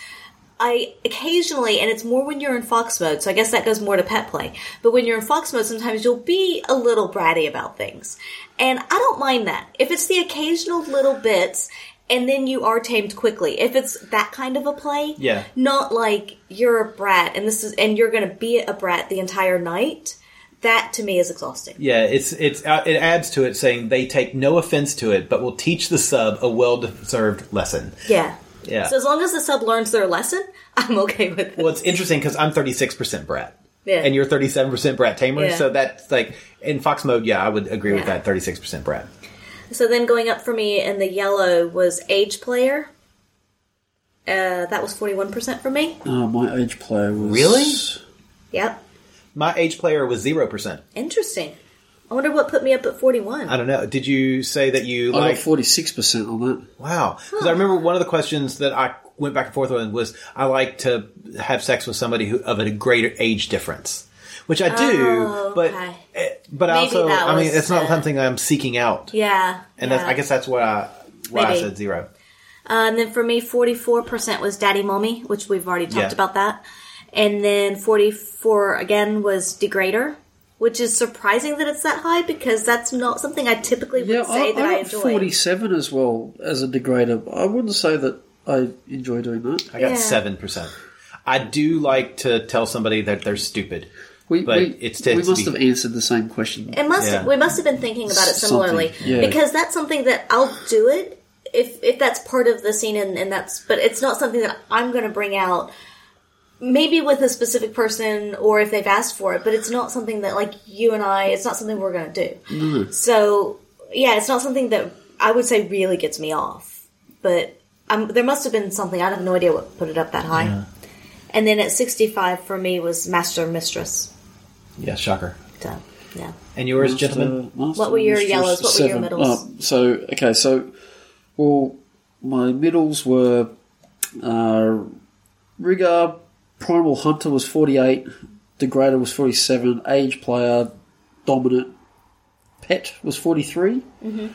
[SPEAKER 4] I occasionally, and it's more when you're in fox mode, so I guess that goes more to pet play. But when you're in fox mode, sometimes you'll be a little bratty about things. And I don't mind that. If it's the occasional little bits, and then you are tamed quickly. If it's that kind of a play,
[SPEAKER 5] Yeah.
[SPEAKER 4] not like you're a brat and this is and you're going to be a brat the entire night, that to me is exhausting.
[SPEAKER 5] Yeah, it's it's uh, it adds to it saying they take no offense to it, but will teach the sub a well-deserved lesson.
[SPEAKER 4] Yeah.
[SPEAKER 5] Yeah.
[SPEAKER 4] So as long as the sub learns their lesson, (laughs) I'm okay with it.
[SPEAKER 5] Well, it's interesting because I'm 36% brat.
[SPEAKER 4] Yeah.
[SPEAKER 5] And you're 37% brat tamer.
[SPEAKER 4] Yeah.
[SPEAKER 5] So that's like, in Fox mode, yeah, I would agree with
[SPEAKER 4] Yeah.
[SPEAKER 5] that 36% brat.
[SPEAKER 4] So then going up for me in the yellow was age player. Uh, that was 41% for me.
[SPEAKER 6] Oh, my age player was
[SPEAKER 5] Really?
[SPEAKER 4] Yep.
[SPEAKER 5] My age player was 0%.
[SPEAKER 4] Interesting. I wonder what put me up at 41.
[SPEAKER 5] I don't know. Did you say that you
[SPEAKER 6] I
[SPEAKER 5] like?
[SPEAKER 6] got forty six percent on that.
[SPEAKER 5] Wow. Because I remember one of the questions that I went back and forth on was I like to have sex with somebody who of a greater age difference, which I do, but
[SPEAKER 4] Oh, okay.
[SPEAKER 5] eh, but I
[SPEAKER 4] Maybe
[SPEAKER 5] also
[SPEAKER 4] that
[SPEAKER 5] I mean
[SPEAKER 4] was
[SPEAKER 5] it's not
[SPEAKER 4] it.
[SPEAKER 5] something I'm seeking out,
[SPEAKER 4] Yeah.
[SPEAKER 5] and
[SPEAKER 4] yeah.
[SPEAKER 5] that's, I guess that's what I why I
[SPEAKER 4] Maybe.
[SPEAKER 5] said zero.
[SPEAKER 4] Uh, and then for me, 44% was Daddy Mommy, which we've already talked
[SPEAKER 5] Yeah.
[SPEAKER 4] about that. And then 44 again was Degrader, which is surprising that it's that high because that's not something I typically
[SPEAKER 6] Yeah,
[SPEAKER 4] would say
[SPEAKER 6] I,
[SPEAKER 4] that I,
[SPEAKER 6] I got
[SPEAKER 4] enjoy.
[SPEAKER 6] forty seven as well as a degrader. I wouldn't say that I enjoy doing that.
[SPEAKER 5] I got
[SPEAKER 4] Yeah.
[SPEAKER 5] seven percent. I do like to tell somebody that they're stupid.
[SPEAKER 6] We
[SPEAKER 5] But
[SPEAKER 6] we,
[SPEAKER 5] it's
[SPEAKER 6] we
[SPEAKER 5] tends to
[SPEAKER 6] must
[SPEAKER 5] be-
[SPEAKER 6] have answered the same question.
[SPEAKER 4] It must
[SPEAKER 5] Yeah.
[SPEAKER 4] we must have been thinking about it similarly
[SPEAKER 6] Something, yeah.
[SPEAKER 4] because that's something that I'll do it if if that's part of the scene and, and that's but it's not something that I'm going to bring out maybe with a specific person or if they've asked for it but it's not something that like you and I it's not something we're going to do
[SPEAKER 6] Mm-hmm.
[SPEAKER 4] so yeah it's not something that I would say really gets me off but um, there must have been something I have no idea what put it up that high and then at 65 for me was master mistress
[SPEAKER 5] Yeah, shocker.
[SPEAKER 4] so yeah
[SPEAKER 5] And yours, gentlemen?
[SPEAKER 4] What were your yellows? What were your middles?
[SPEAKER 6] Uh, so okay, so well, my middles were uh, Rigar Primal Hunter was forty eight, Degrader was forty seven, Age Player Dominant Pet was forty
[SPEAKER 4] Mm-hmm.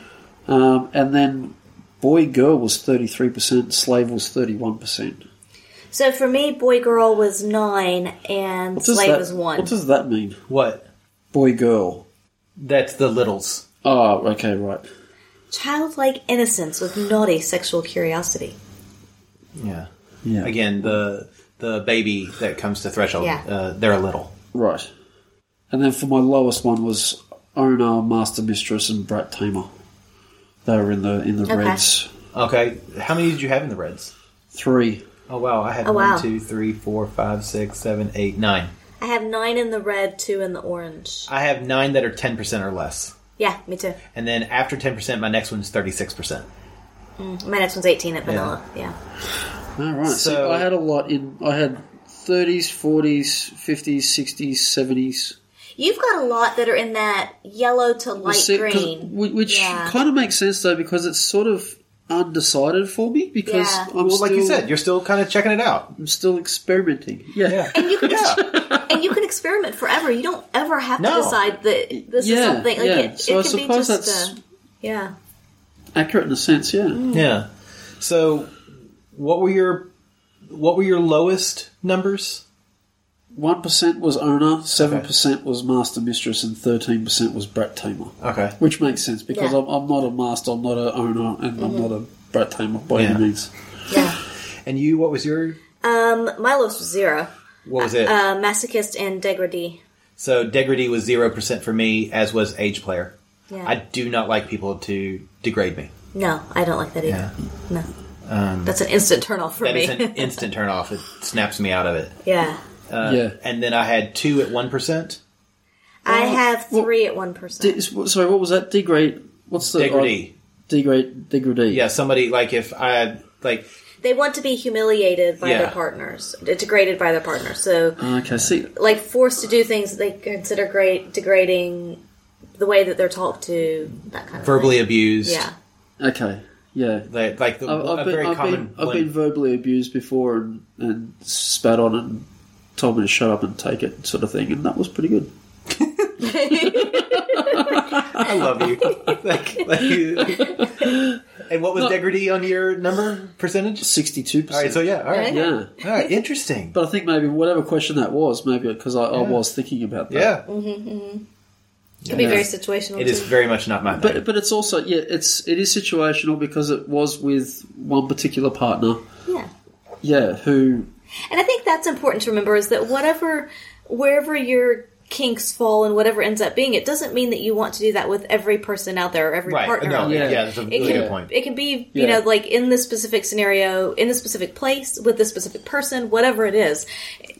[SPEAKER 6] um, and then Boy Girl was thirty three percent, Slave was thirty one percent.
[SPEAKER 4] So for me, boy girl was nine and slave was one.
[SPEAKER 6] What does that mean?
[SPEAKER 5] What?
[SPEAKER 6] Boy Girl.
[SPEAKER 5] That's the littles.
[SPEAKER 6] Oh, okay, right.
[SPEAKER 4] Childlike innocence with naughty sexual curiosity.
[SPEAKER 5] Yeah.
[SPEAKER 6] Yeah,
[SPEAKER 5] Again, the the baby that comes to threshold,
[SPEAKER 4] Yeah.
[SPEAKER 5] uh, they're a little.
[SPEAKER 6] Right. And then for my lowest one was owner, master mistress, and brat tamer. They were in the in the
[SPEAKER 4] Okay.
[SPEAKER 6] reds.
[SPEAKER 5] Okay. How many did you have in the reds?
[SPEAKER 6] Three.
[SPEAKER 5] Oh wow, I had
[SPEAKER 4] Oh, wow.
[SPEAKER 5] one, two, three, four, five, six, seven, eight, nine.
[SPEAKER 4] I have nine in the red, two in the orange.
[SPEAKER 5] I have nine that are ten percent or less.
[SPEAKER 4] Yeah, me too.
[SPEAKER 5] And then after ten percent my next one's thirty six percent.
[SPEAKER 4] Mm, My next one's eighteen at vanilla. Yeah.
[SPEAKER 6] All right. So
[SPEAKER 5] So-
[SPEAKER 6] I had a lot in. I had thirties, forties, fifties, sixties, seventies.
[SPEAKER 4] You've got a lot that are in that yellow to light green.
[SPEAKER 6] which
[SPEAKER 4] Yeah.
[SPEAKER 6] kind of makes sense though, because it's sort of undecided for me because
[SPEAKER 4] Yeah.
[SPEAKER 6] I'm
[SPEAKER 5] Well,
[SPEAKER 6] still,
[SPEAKER 5] like you said, you're still kind of checking it out.
[SPEAKER 6] I'm still experimenting. (laughs) Yeah.
[SPEAKER 4] and you can
[SPEAKER 5] (laughs) Yeah.
[SPEAKER 4] and you can experiment forever. You don't ever have to
[SPEAKER 5] No.
[SPEAKER 4] decide that this is
[SPEAKER 6] Yeah,
[SPEAKER 4] something like
[SPEAKER 6] yeah.
[SPEAKER 4] it,
[SPEAKER 6] So I
[SPEAKER 4] it can be
[SPEAKER 6] suppose
[SPEAKER 4] just
[SPEAKER 6] that's-
[SPEAKER 4] a, yeah.
[SPEAKER 6] Accurate in a sense, yeah.
[SPEAKER 5] Yeah. So, what were your what were your lowest numbers?
[SPEAKER 6] One percent was owner, seven percent was master mistress, and thirteen percent was brat tamer.
[SPEAKER 5] Okay.
[SPEAKER 6] Which makes sense because
[SPEAKER 4] Yeah.
[SPEAKER 6] I'm, I'm not a master, I'm not an owner, and I'm not a brat tamer by
[SPEAKER 5] Yeah.
[SPEAKER 6] any means.
[SPEAKER 4] Yeah.
[SPEAKER 5] And you, what was your
[SPEAKER 4] Um my lowest was zero.
[SPEAKER 5] what was it?
[SPEAKER 4] Uh, masochist and degradee.
[SPEAKER 5] so degradee was zero percent for me, as was age player.
[SPEAKER 4] Yeah.
[SPEAKER 5] I do not like people to degrade me.
[SPEAKER 4] No, I don't like that either. No.
[SPEAKER 6] Um,
[SPEAKER 4] That's an instant turn off for
[SPEAKER 5] That
[SPEAKER 4] me. (laughs)
[SPEAKER 5] is an instant turn off. It snaps me out of it. Uh,
[SPEAKER 4] yeah.
[SPEAKER 6] yeah.
[SPEAKER 5] And then I had two at one percent.
[SPEAKER 4] I have
[SPEAKER 6] well,
[SPEAKER 4] three at one percent.
[SPEAKER 6] D- sorry, what was that? Degrade. What's the
[SPEAKER 5] Degradee.
[SPEAKER 6] Oh, degrade. Degrade.
[SPEAKER 5] Yeah, somebody like if I like
[SPEAKER 4] They want to be humiliated by their
[SPEAKER 5] Yeah.
[SPEAKER 4] partners, degraded by their partner. So,
[SPEAKER 6] Ah, Okay. See,
[SPEAKER 4] like, forced to do things that they consider great degrading, the way that they're talked to, that kind of
[SPEAKER 5] verbally abused.
[SPEAKER 4] Thing. Yeah.
[SPEAKER 6] okay. Yeah.
[SPEAKER 5] Like, like the,
[SPEAKER 6] I've,
[SPEAKER 5] a
[SPEAKER 6] I've, been,
[SPEAKER 5] very
[SPEAKER 6] I've,
[SPEAKER 5] common
[SPEAKER 6] been, I've
[SPEAKER 5] one.
[SPEAKER 6] been verbally abused before and, and spat on and told me to shut up and take it, sort of thing, and that was pretty good.
[SPEAKER 5] I love (laughs) you. like, like you. And what was degradee on your number percentage?
[SPEAKER 6] 62%.
[SPEAKER 5] All right, so yeah, all right,
[SPEAKER 6] yeah.
[SPEAKER 5] all right, interesting.
[SPEAKER 6] But I think maybe whatever question that was, maybe because I, I was thinking about that.
[SPEAKER 5] Yeah,
[SPEAKER 4] It could be very situational.
[SPEAKER 5] it is
[SPEAKER 4] too.
[SPEAKER 5] very much not my
[SPEAKER 6] But
[SPEAKER 5] thing.
[SPEAKER 6] but it's also yeah, it's it is situational because it was with one particular partner.
[SPEAKER 4] Yeah.
[SPEAKER 6] Yeah, who
[SPEAKER 4] And I think that's important to remember is that whatever, wherever your kinks fall and whatever ends up being, it doesn't mean that you want to do that with every person out there or every
[SPEAKER 5] Right?
[SPEAKER 4] partner. out
[SPEAKER 5] No,
[SPEAKER 4] there.
[SPEAKER 5] yeah,
[SPEAKER 6] Yeah.
[SPEAKER 5] that's a
[SPEAKER 4] it
[SPEAKER 5] really
[SPEAKER 4] can,
[SPEAKER 5] good point.
[SPEAKER 4] It can be, you
[SPEAKER 6] Yeah.
[SPEAKER 4] know, like in this specific scenario, in this specific place, with this specific person, whatever it is.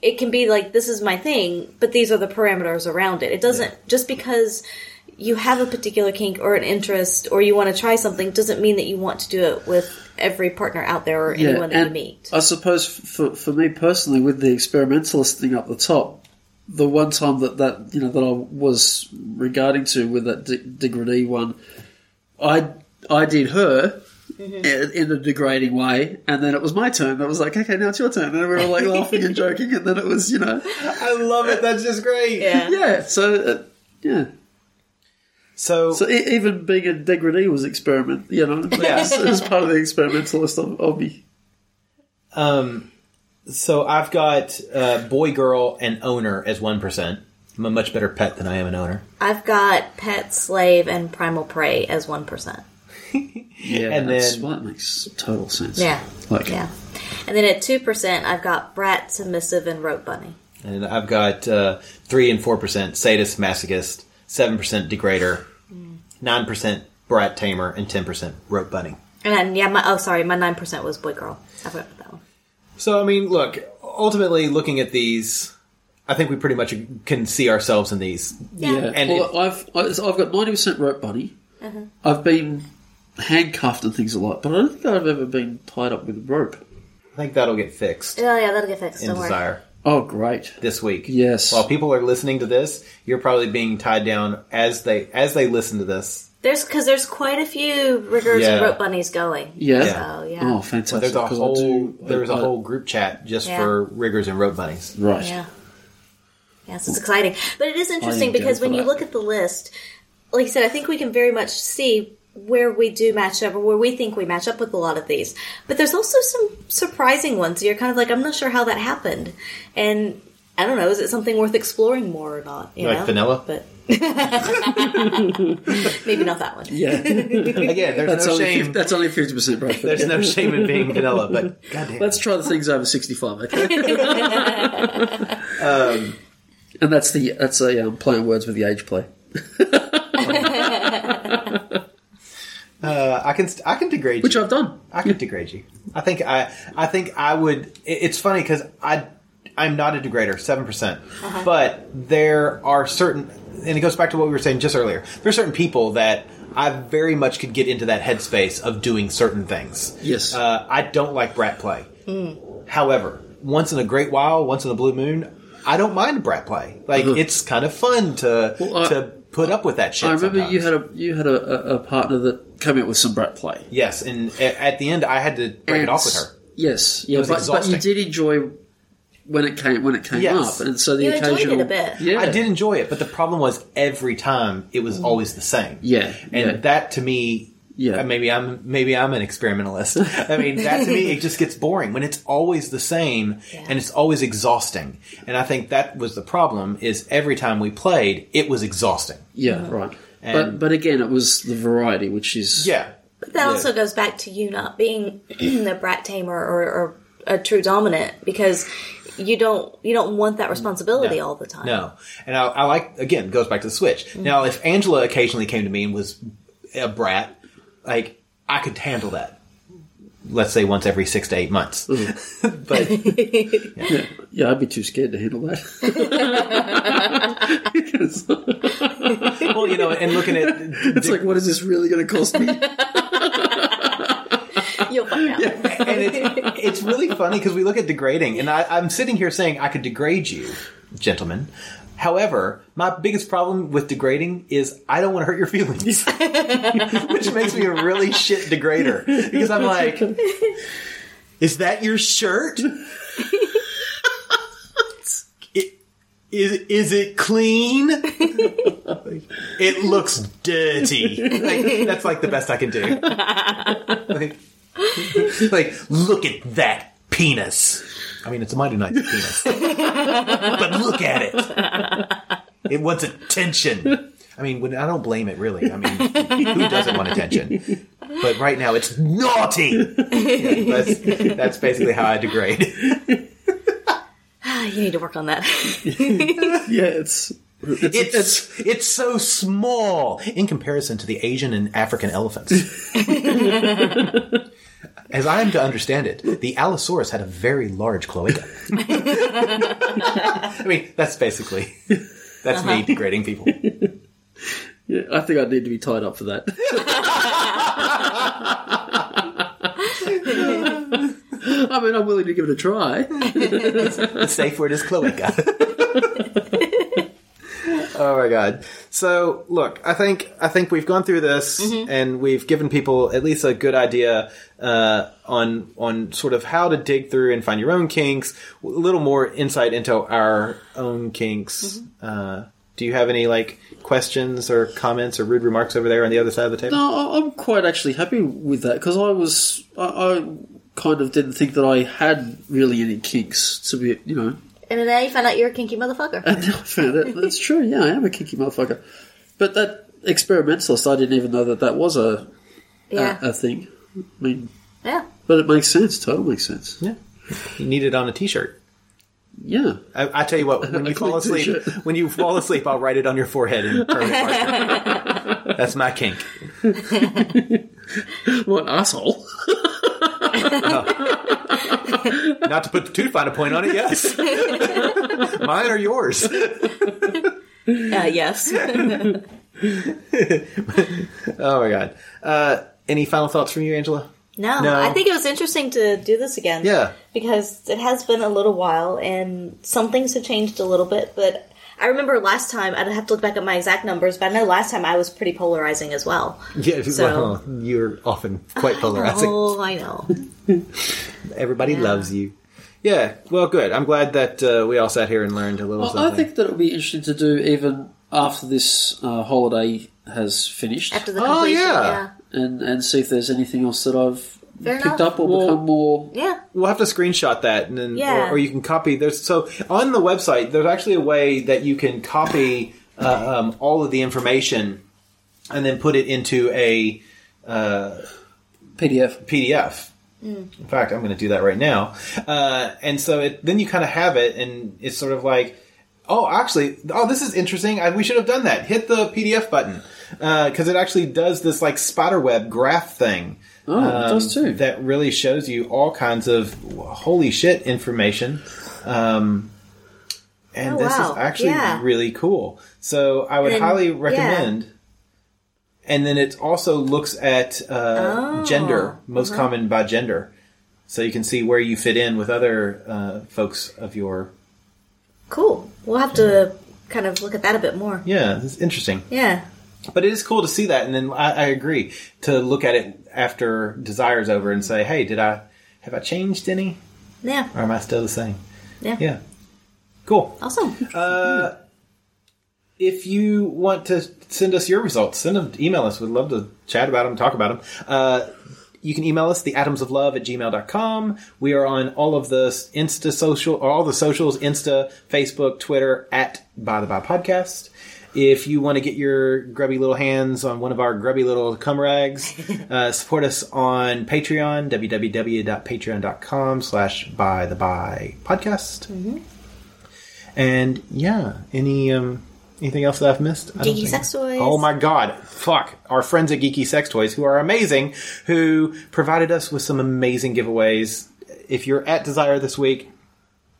[SPEAKER 4] It can be like, this is my thing, but these are the parameters around it. It doesn't, just because you have a particular kink or an interest or you want to try something doesn't mean that you want to do it with every partner out there or
[SPEAKER 6] yeah,
[SPEAKER 4] anyone that you
[SPEAKER 6] and
[SPEAKER 4] meet.
[SPEAKER 6] I suppose for for me personally, with the experimentalist thing up the top, the one time that that you know that I was regarding to with that de- degradee one, I I did her. In in a degrading way, and then it was my turn. That was like, okay, now it's your turn, and we were like laughing and joking, and then it was, you know,
[SPEAKER 5] I love it. That's just great.
[SPEAKER 4] Yeah.
[SPEAKER 6] yeah. So, uh, yeah.
[SPEAKER 5] So,
[SPEAKER 6] So e- even being a degradee was experiment, you know. Yeah. It was part of the experimentalist of, of me.
[SPEAKER 5] um, so I've got uh, boy, girl, and owner as one percent. I'm a much better pet than I am an owner.
[SPEAKER 4] I've got Pet Slave and Primal Prey as 1%.
[SPEAKER 6] Yeah,
[SPEAKER 5] And
[SPEAKER 6] that's,
[SPEAKER 5] then-
[SPEAKER 6] well, that makes total sense.
[SPEAKER 4] Yeah.
[SPEAKER 6] Like,
[SPEAKER 4] Yeah. And then at 2%, I've got Brat, Submissive, and Rope Bunny.
[SPEAKER 5] And I've got uh, three and four percent sadist, masochist, seven percent degrader, nine percent brat tamer, and ten percent rope bunny.
[SPEAKER 4] And then, yeah, my, oh, sorry, my 9% was Boy Girl. I forgot about that one.
[SPEAKER 5] So I mean, look, ultimately looking at these, I think we pretty much can see ourselves in these.
[SPEAKER 6] yeah.
[SPEAKER 5] And
[SPEAKER 6] well, I've I- so I've got ninety percent rope bunny.
[SPEAKER 4] Mm-hmm.
[SPEAKER 6] I've been handcuffed and things a lot, but I don't think I've ever been tied up with rope.
[SPEAKER 5] I think that'll get fixed
[SPEAKER 4] Oh, yeah, that'll get fixed.
[SPEAKER 5] in
[SPEAKER 4] Don't worry.
[SPEAKER 5] desire.
[SPEAKER 6] Oh, great!
[SPEAKER 5] this week.
[SPEAKER 6] Yes.
[SPEAKER 5] While people are listening to this, you're probably being tied down as they as they listen to this.
[SPEAKER 4] There's because there's quite a few riggers
[SPEAKER 5] Yeah.
[SPEAKER 4] and rope bunnies going.
[SPEAKER 6] Yeah.
[SPEAKER 4] So yeah.
[SPEAKER 6] Oh, fantastic!
[SPEAKER 5] There's a
[SPEAKER 6] 'cause I
[SPEAKER 5] whole
[SPEAKER 6] do- I-
[SPEAKER 5] there's a
[SPEAKER 6] I-
[SPEAKER 5] whole group chat just
[SPEAKER 4] Yeah.
[SPEAKER 5] for riggers and rope bunnies.
[SPEAKER 6] right.
[SPEAKER 4] Yeah. Yes, it's exciting. But it is interesting
[SPEAKER 6] am down
[SPEAKER 4] because
[SPEAKER 6] for
[SPEAKER 4] when you
[SPEAKER 6] that.
[SPEAKER 4] look at the list, like I said, I think we can very much see where we do match up or where we think we match up with a lot of these. But there's also some surprising ones. You're kind of like, I'm not sure how that happened. And I don't know, is it something worth exploring more or not? You
[SPEAKER 5] Like
[SPEAKER 4] know?
[SPEAKER 5] vanilla?
[SPEAKER 4] But (laughs) maybe not that one. (laughs)
[SPEAKER 5] Again, there's
[SPEAKER 6] That's
[SPEAKER 5] no
[SPEAKER 6] only
[SPEAKER 5] shame.
[SPEAKER 6] 50, that's only fifty percent rope.
[SPEAKER 5] there's no shame in being vanilla,
[SPEAKER 6] (laughs)
[SPEAKER 5] but
[SPEAKER 6] Let's try the things over sixty-five.
[SPEAKER 4] (laughs)
[SPEAKER 6] Okay.
[SPEAKER 5] Um,
[SPEAKER 6] and that's the that's a um, play on words with the age play.
[SPEAKER 5] uh, I can st- I can degrade
[SPEAKER 6] which
[SPEAKER 5] you.
[SPEAKER 6] I've done.
[SPEAKER 5] I could degrade you. I think I I think I would. it- It's funny because I I'm not a degrader, seven percent. But there are certain, and it goes back to what we were saying just earlier. There are certain people that I very much could get into that headspace of doing certain things.
[SPEAKER 6] Yes.
[SPEAKER 5] uh, I don't like brat play. However, once in a great while, once in a blue moon, I don't mind brat play. Like it's kind of fun to
[SPEAKER 6] Uh-huh. Well, I-
[SPEAKER 5] to put up with that shit.
[SPEAKER 6] I remember
[SPEAKER 5] sometimes.
[SPEAKER 6] you had a you had a, a, a partner that came out with some brat play.
[SPEAKER 5] yes, and a- at the end, I had to break it off with her.
[SPEAKER 6] Yes, yeah,
[SPEAKER 5] was
[SPEAKER 6] but, but you
[SPEAKER 5] exhausting.
[SPEAKER 6] did enjoy when it came when it came
[SPEAKER 5] Yes.
[SPEAKER 6] up, and so the
[SPEAKER 4] You enjoyed it
[SPEAKER 6] occasional
[SPEAKER 4] a bit.
[SPEAKER 6] Yeah,
[SPEAKER 5] I did enjoy it, but the problem was every time it was always the same.
[SPEAKER 6] Yeah,
[SPEAKER 5] and
[SPEAKER 6] yeah.
[SPEAKER 5] that to me,
[SPEAKER 6] Yeah.
[SPEAKER 5] uh, maybe I'm maybe I'm an experimentalist. (laughs) I mean, that to me, it just gets boring when it's always the same and it's always exhausting. And I think that was the problem: is every time we played, it was exhausting.
[SPEAKER 6] Yeah, right.
[SPEAKER 5] And-
[SPEAKER 6] but but again, it was the variety, which is
[SPEAKER 5] Yeah,
[SPEAKER 4] That also goes back to you not being (clears throat) a brat tamer or, or a true dominant because you don't you don't want that responsibility all the time.
[SPEAKER 5] No, and I, I like again goes back to the switch. Now, if Angela occasionally came to me and was a brat, like I could handle that. Let's say once every six to eight months,
[SPEAKER 6] Mm-hmm.
[SPEAKER 5] (laughs) but.
[SPEAKER 6] yeah. I'd be too scared to handle
[SPEAKER 4] (laughs)
[SPEAKER 6] that. (laughs) 'Cause
[SPEAKER 5] well, you know, and looking at
[SPEAKER 6] it's like, what is this really going to cost
[SPEAKER 4] (laughs) (laughs)
[SPEAKER 6] me?
[SPEAKER 4] You'll find
[SPEAKER 5] (laughs)
[SPEAKER 4] out.
[SPEAKER 5] and it's, it's really funny because we look at degrading, and I, I'm sitting here saying I could degrade you, gentlemen. However, my biggest problem with degrading is I don't want to hurt your feelings, which makes me a really shit degrader because I'm like, is that your shirt? It- Is, is it clean? it looks dirty. Like, that's like the best I can do. Like, (laughs) like, look at that penis. I mean, it's a mighty nice penis. but look at it. It wants attention. I mean, when, I don't blame it, really. I mean, who doesn't want attention? But right now, it's naughty. Yeah, that's, that's basically how I degrade.
[SPEAKER 4] Ah, (laughs) You need to work on that. (laughs)
[SPEAKER 6] yeah, it's it's,
[SPEAKER 5] It's, it's so small in comparison to the Asian and African elephants. As I am to understand it, the Allosaurus had a very large cloaca. I mean, that's basically that's me degrading people.
[SPEAKER 6] yeah, I think I need to be tied up for that. I mean, I'm willing to give it a try.
[SPEAKER 5] The safe word is cloaca. (laughs) Oh my god. So look, I think I think we've gone through this and we've given people at least a good idea uh, on on sort of how to dig through and find your own kinks. A little more insight into our own kinks. Uh, do you have any like questions or comments or rude remarks over there on the other side of the table?
[SPEAKER 6] No, I- I'm quite actually happy with that because I was I, I kind of didn't think that I had really any kinks to be you know
[SPEAKER 4] And then you found out you're a kinky motherfucker.
[SPEAKER 6] and then I found it that's true yeah I am a kinky motherfucker but that experimentalist I didn't even know that that was a
[SPEAKER 4] Yeah.
[SPEAKER 6] a, a thing I mean
[SPEAKER 4] yeah.
[SPEAKER 6] but it makes sense totally makes sense
[SPEAKER 5] Yeah. You need it on a T-shirt.
[SPEAKER 6] yeah
[SPEAKER 5] I, I tell you what, when you fall
[SPEAKER 6] clean
[SPEAKER 5] asleep,
[SPEAKER 6] T-shirt.
[SPEAKER 5] when you fall asleep, I'll write it on your forehead and burn it marker. That's my kink.
[SPEAKER 6] what an asshole
[SPEAKER 5] Not to put too fine a point on it, yes. Mine or yours. Mm.
[SPEAKER 4] Uh,
[SPEAKER 5] (laughs)
[SPEAKER 4] yes.
[SPEAKER 5] Oh my god. Uh, any final thoughts from you, Angela?
[SPEAKER 4] No,
[SPEAKER 5] No.
[SPEAKER 4] I think it was interesting to do this again.
[SPEAKER 5] Yeah.
[SPEAKER 4] Because it has been a little while and some things have changed a little bit, but I remember last time, I'd have to look back at my exact numbers, but I know last time I was pretty polarizing as well.
[SPEAKER 5] Yeah,
[SPEAKER 4] So-
[SPEAKER 5] well, you're often quite (laughs)
[SPEAKER 4] (laughs)
[SPEAKER 5] polarizing.
[SPEAKER 4] Oh, I know.
[SPEAKER 5] Everybody loves you. Yeah, well, good. I'm glad that uh, we all sat here and learned a little
[SPEAKER 6] I, I
[SPEAKER 5] something.
[SPEAKER 6] think that it would be interesting to do even after this uh, holiday has finished
[SPEAKER 4] After the
[SPEAKER 5] Oh,
[SPEAKER 4] completion,
[SPEAKER 5] yeah.
[SPEAKER 4] yeah.
[SPEAKER 6] and and see if there's anything else that I've
[SPEAKER 4] Fair
[SPEAKER 6] picked
[SPEAKER 4] enough.
[SPEAKER 6] up or
[SPEAKER 5] Well-
[SPEAKER 6] become more
[SPEAKER 4] Yeah.
[SPEAKER 5] We'll have to screenshot that, and then
[SPEAKER 4] Yeah.
[SPEAKER 5] or, or you can copy. There's so on the website. There's actually a way that you can copy uh, um, all of the information and then put it into a
[SPEAKER 6] PDF.
[SPEAKER 5] PDF. In fact, I'm going to do that right now. Uh, and so it, then you kind of have it, and it's sort of like, oh, actually, oh, this is interesting. I, we should have done that. Hit the PDF button because it actually does this like spider web graph thing.
[SPEAKER 6] Oh, it does too.
[SPEAKER 5] um, That really shows you all kinds of holy shit information. Um, and
[SPEAKER 4] Oh,
[SPEAKER 5] this
[SPEAKER 4] wow.
[SPEAKER 5] is actually
[SPEAKER 4] Yeah.
[SPEAKER 5] really cool. So I would
[SPEAKER 4] And-
[SPEAKER 5] highly
[SPEAKER 4] yeah.
[SPEAKER 5] recommend and then it also looks at
[SPEAKER 4] Oh,
[SPEAKER 5] uh, gender, most
[SPEAKER 4] uh-huh.
[SPEAKER 5] common by gender, so you can see where you fit in with other uh, folks of your.
[SPEAKER 4] Cool. We'll have to kind of look at that a bit more.
[SPEAKER 5] Yeah, it's interesting,
[SPEAKER 4] Yeah.
[SPEAKER 5] but it is cool to see that, and then I, I agree to look at it after Desire's over and say, "Hey, did I have I changed any,
[SPEAKER 4] Yeah.
[SPEAKER 5] or am I still the same?"
[SPEAKER 4] Yeah.
[SPEAKER 5] Yeah, cool.
[SPEAKER 4] Awesome.
[SPEAKER 5] if you want to send us your results, send them, email us. We'd love to chat about them, talk about them. Uh, you can email us, theatomsoflove at gmail.com. We are on all of the Insta social, or all the socials, Insta, Facebook, Twitter, at By the By Podcast. If you want to get your grubby little hands on one of our grubby little
[SPEAKER 4] (laughs)
[SPEAKER 5] cum rags, uh, support us on Patreon, www.patreon.com slash by the by podcast.
[SPEAKER 4] Mm-hmm.
[SPEAKER 5] And yeah, any um anything else that I've missed? I don't
[SPEAKER 4] Geeky
[SPEAKER 5] think-
[SPEAKER 4] sex toys.
[SPEAKER 5] Oh my god, fuck. Our friends at Geeky Sex Toys who are amazing, who provided us with some amazing giveaways. If you're at Desire this week,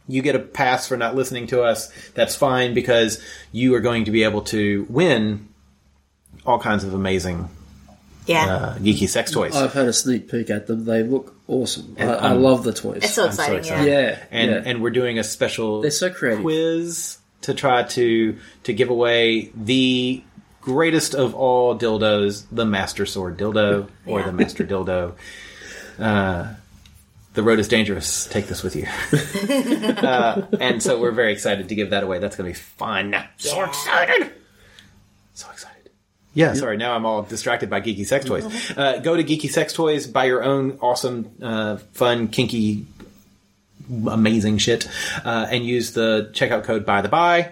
[SPEAKER 5] you get a pass for not listening to us. That's fine because you are going to be able to win all kinds of amazing
[SPEAKER 4] yeah.
[SPEAKER 5] uh, geeky sex toys.
[SPEAKER 6] I've had a sneak peek at them. They look awesome. I, I love the toys.
[SPEAKER 4] it's so
[SPEAKER 5] so
[SPEAKER 4] exciting.
[SPEAKER 5] excited.
[SPEAKER 4] yeah.
[SPEAKER 6] yeah,
[SPEAKER 5] and
[SPEAKER 6] yeah.
[SPEAKER 5] and we're doing a special
[SPEAKER 6] They're so creative.
[SPEAKER 5] quiz to try to to give away the greatest of all dildos, the Master Sword dildo or the Master dildo. Uh, the road is dangerous. Take
[SPEAKER 4] (laughs)
[SPEAKER 5] this with you. uh, and so we're very excited to give that away. That's going to be fun. So excited. So excited. Yeah, sorry. Now I'm all distracted by geeky sex toys. Uh, go to geeky sex toys. Buy your own awesome, uh, fun, kinky amazing shit, uh, and use the checkout code by the by,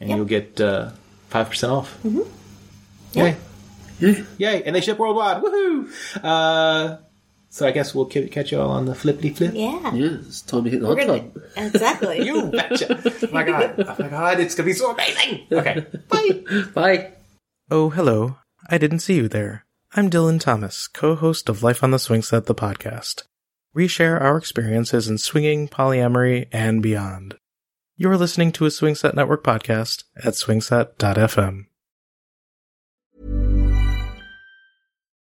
[SPEAKER 5] and you'll get uh five percent off. Mm-hmm. Yay! Yay! And they ship worldwide. Woohoo! Uh, so I guess we'll ki- catch you all on the flippity flip.
[SPEAKER 4] Yeah.
[SPEAKER 6] yeah, it's time to hit the
[SPEAKER 4] We're
[SPEAKER 6] hot
[SPEAKER 4] gonna,
[SPEAKER 6] tub.
[SPEAKER 5] (laughs)
[SPEAKER 4] exactly.
[SPEAKER 5] You betcha! oh my god! Oh my god! It's gonna be so amazing. Okay. Bye.
[SPEAKER 6] (laughs) Bye.
[SPEAKER 8] Oh, hello. I didn't see you there. I'm Dylan Thomas, co host of Life on the Swing Set, the podcast. We share our experiences in swinging, polyamory, and beyond. You're listening to a Swing Set Network podcast at swingset.fm.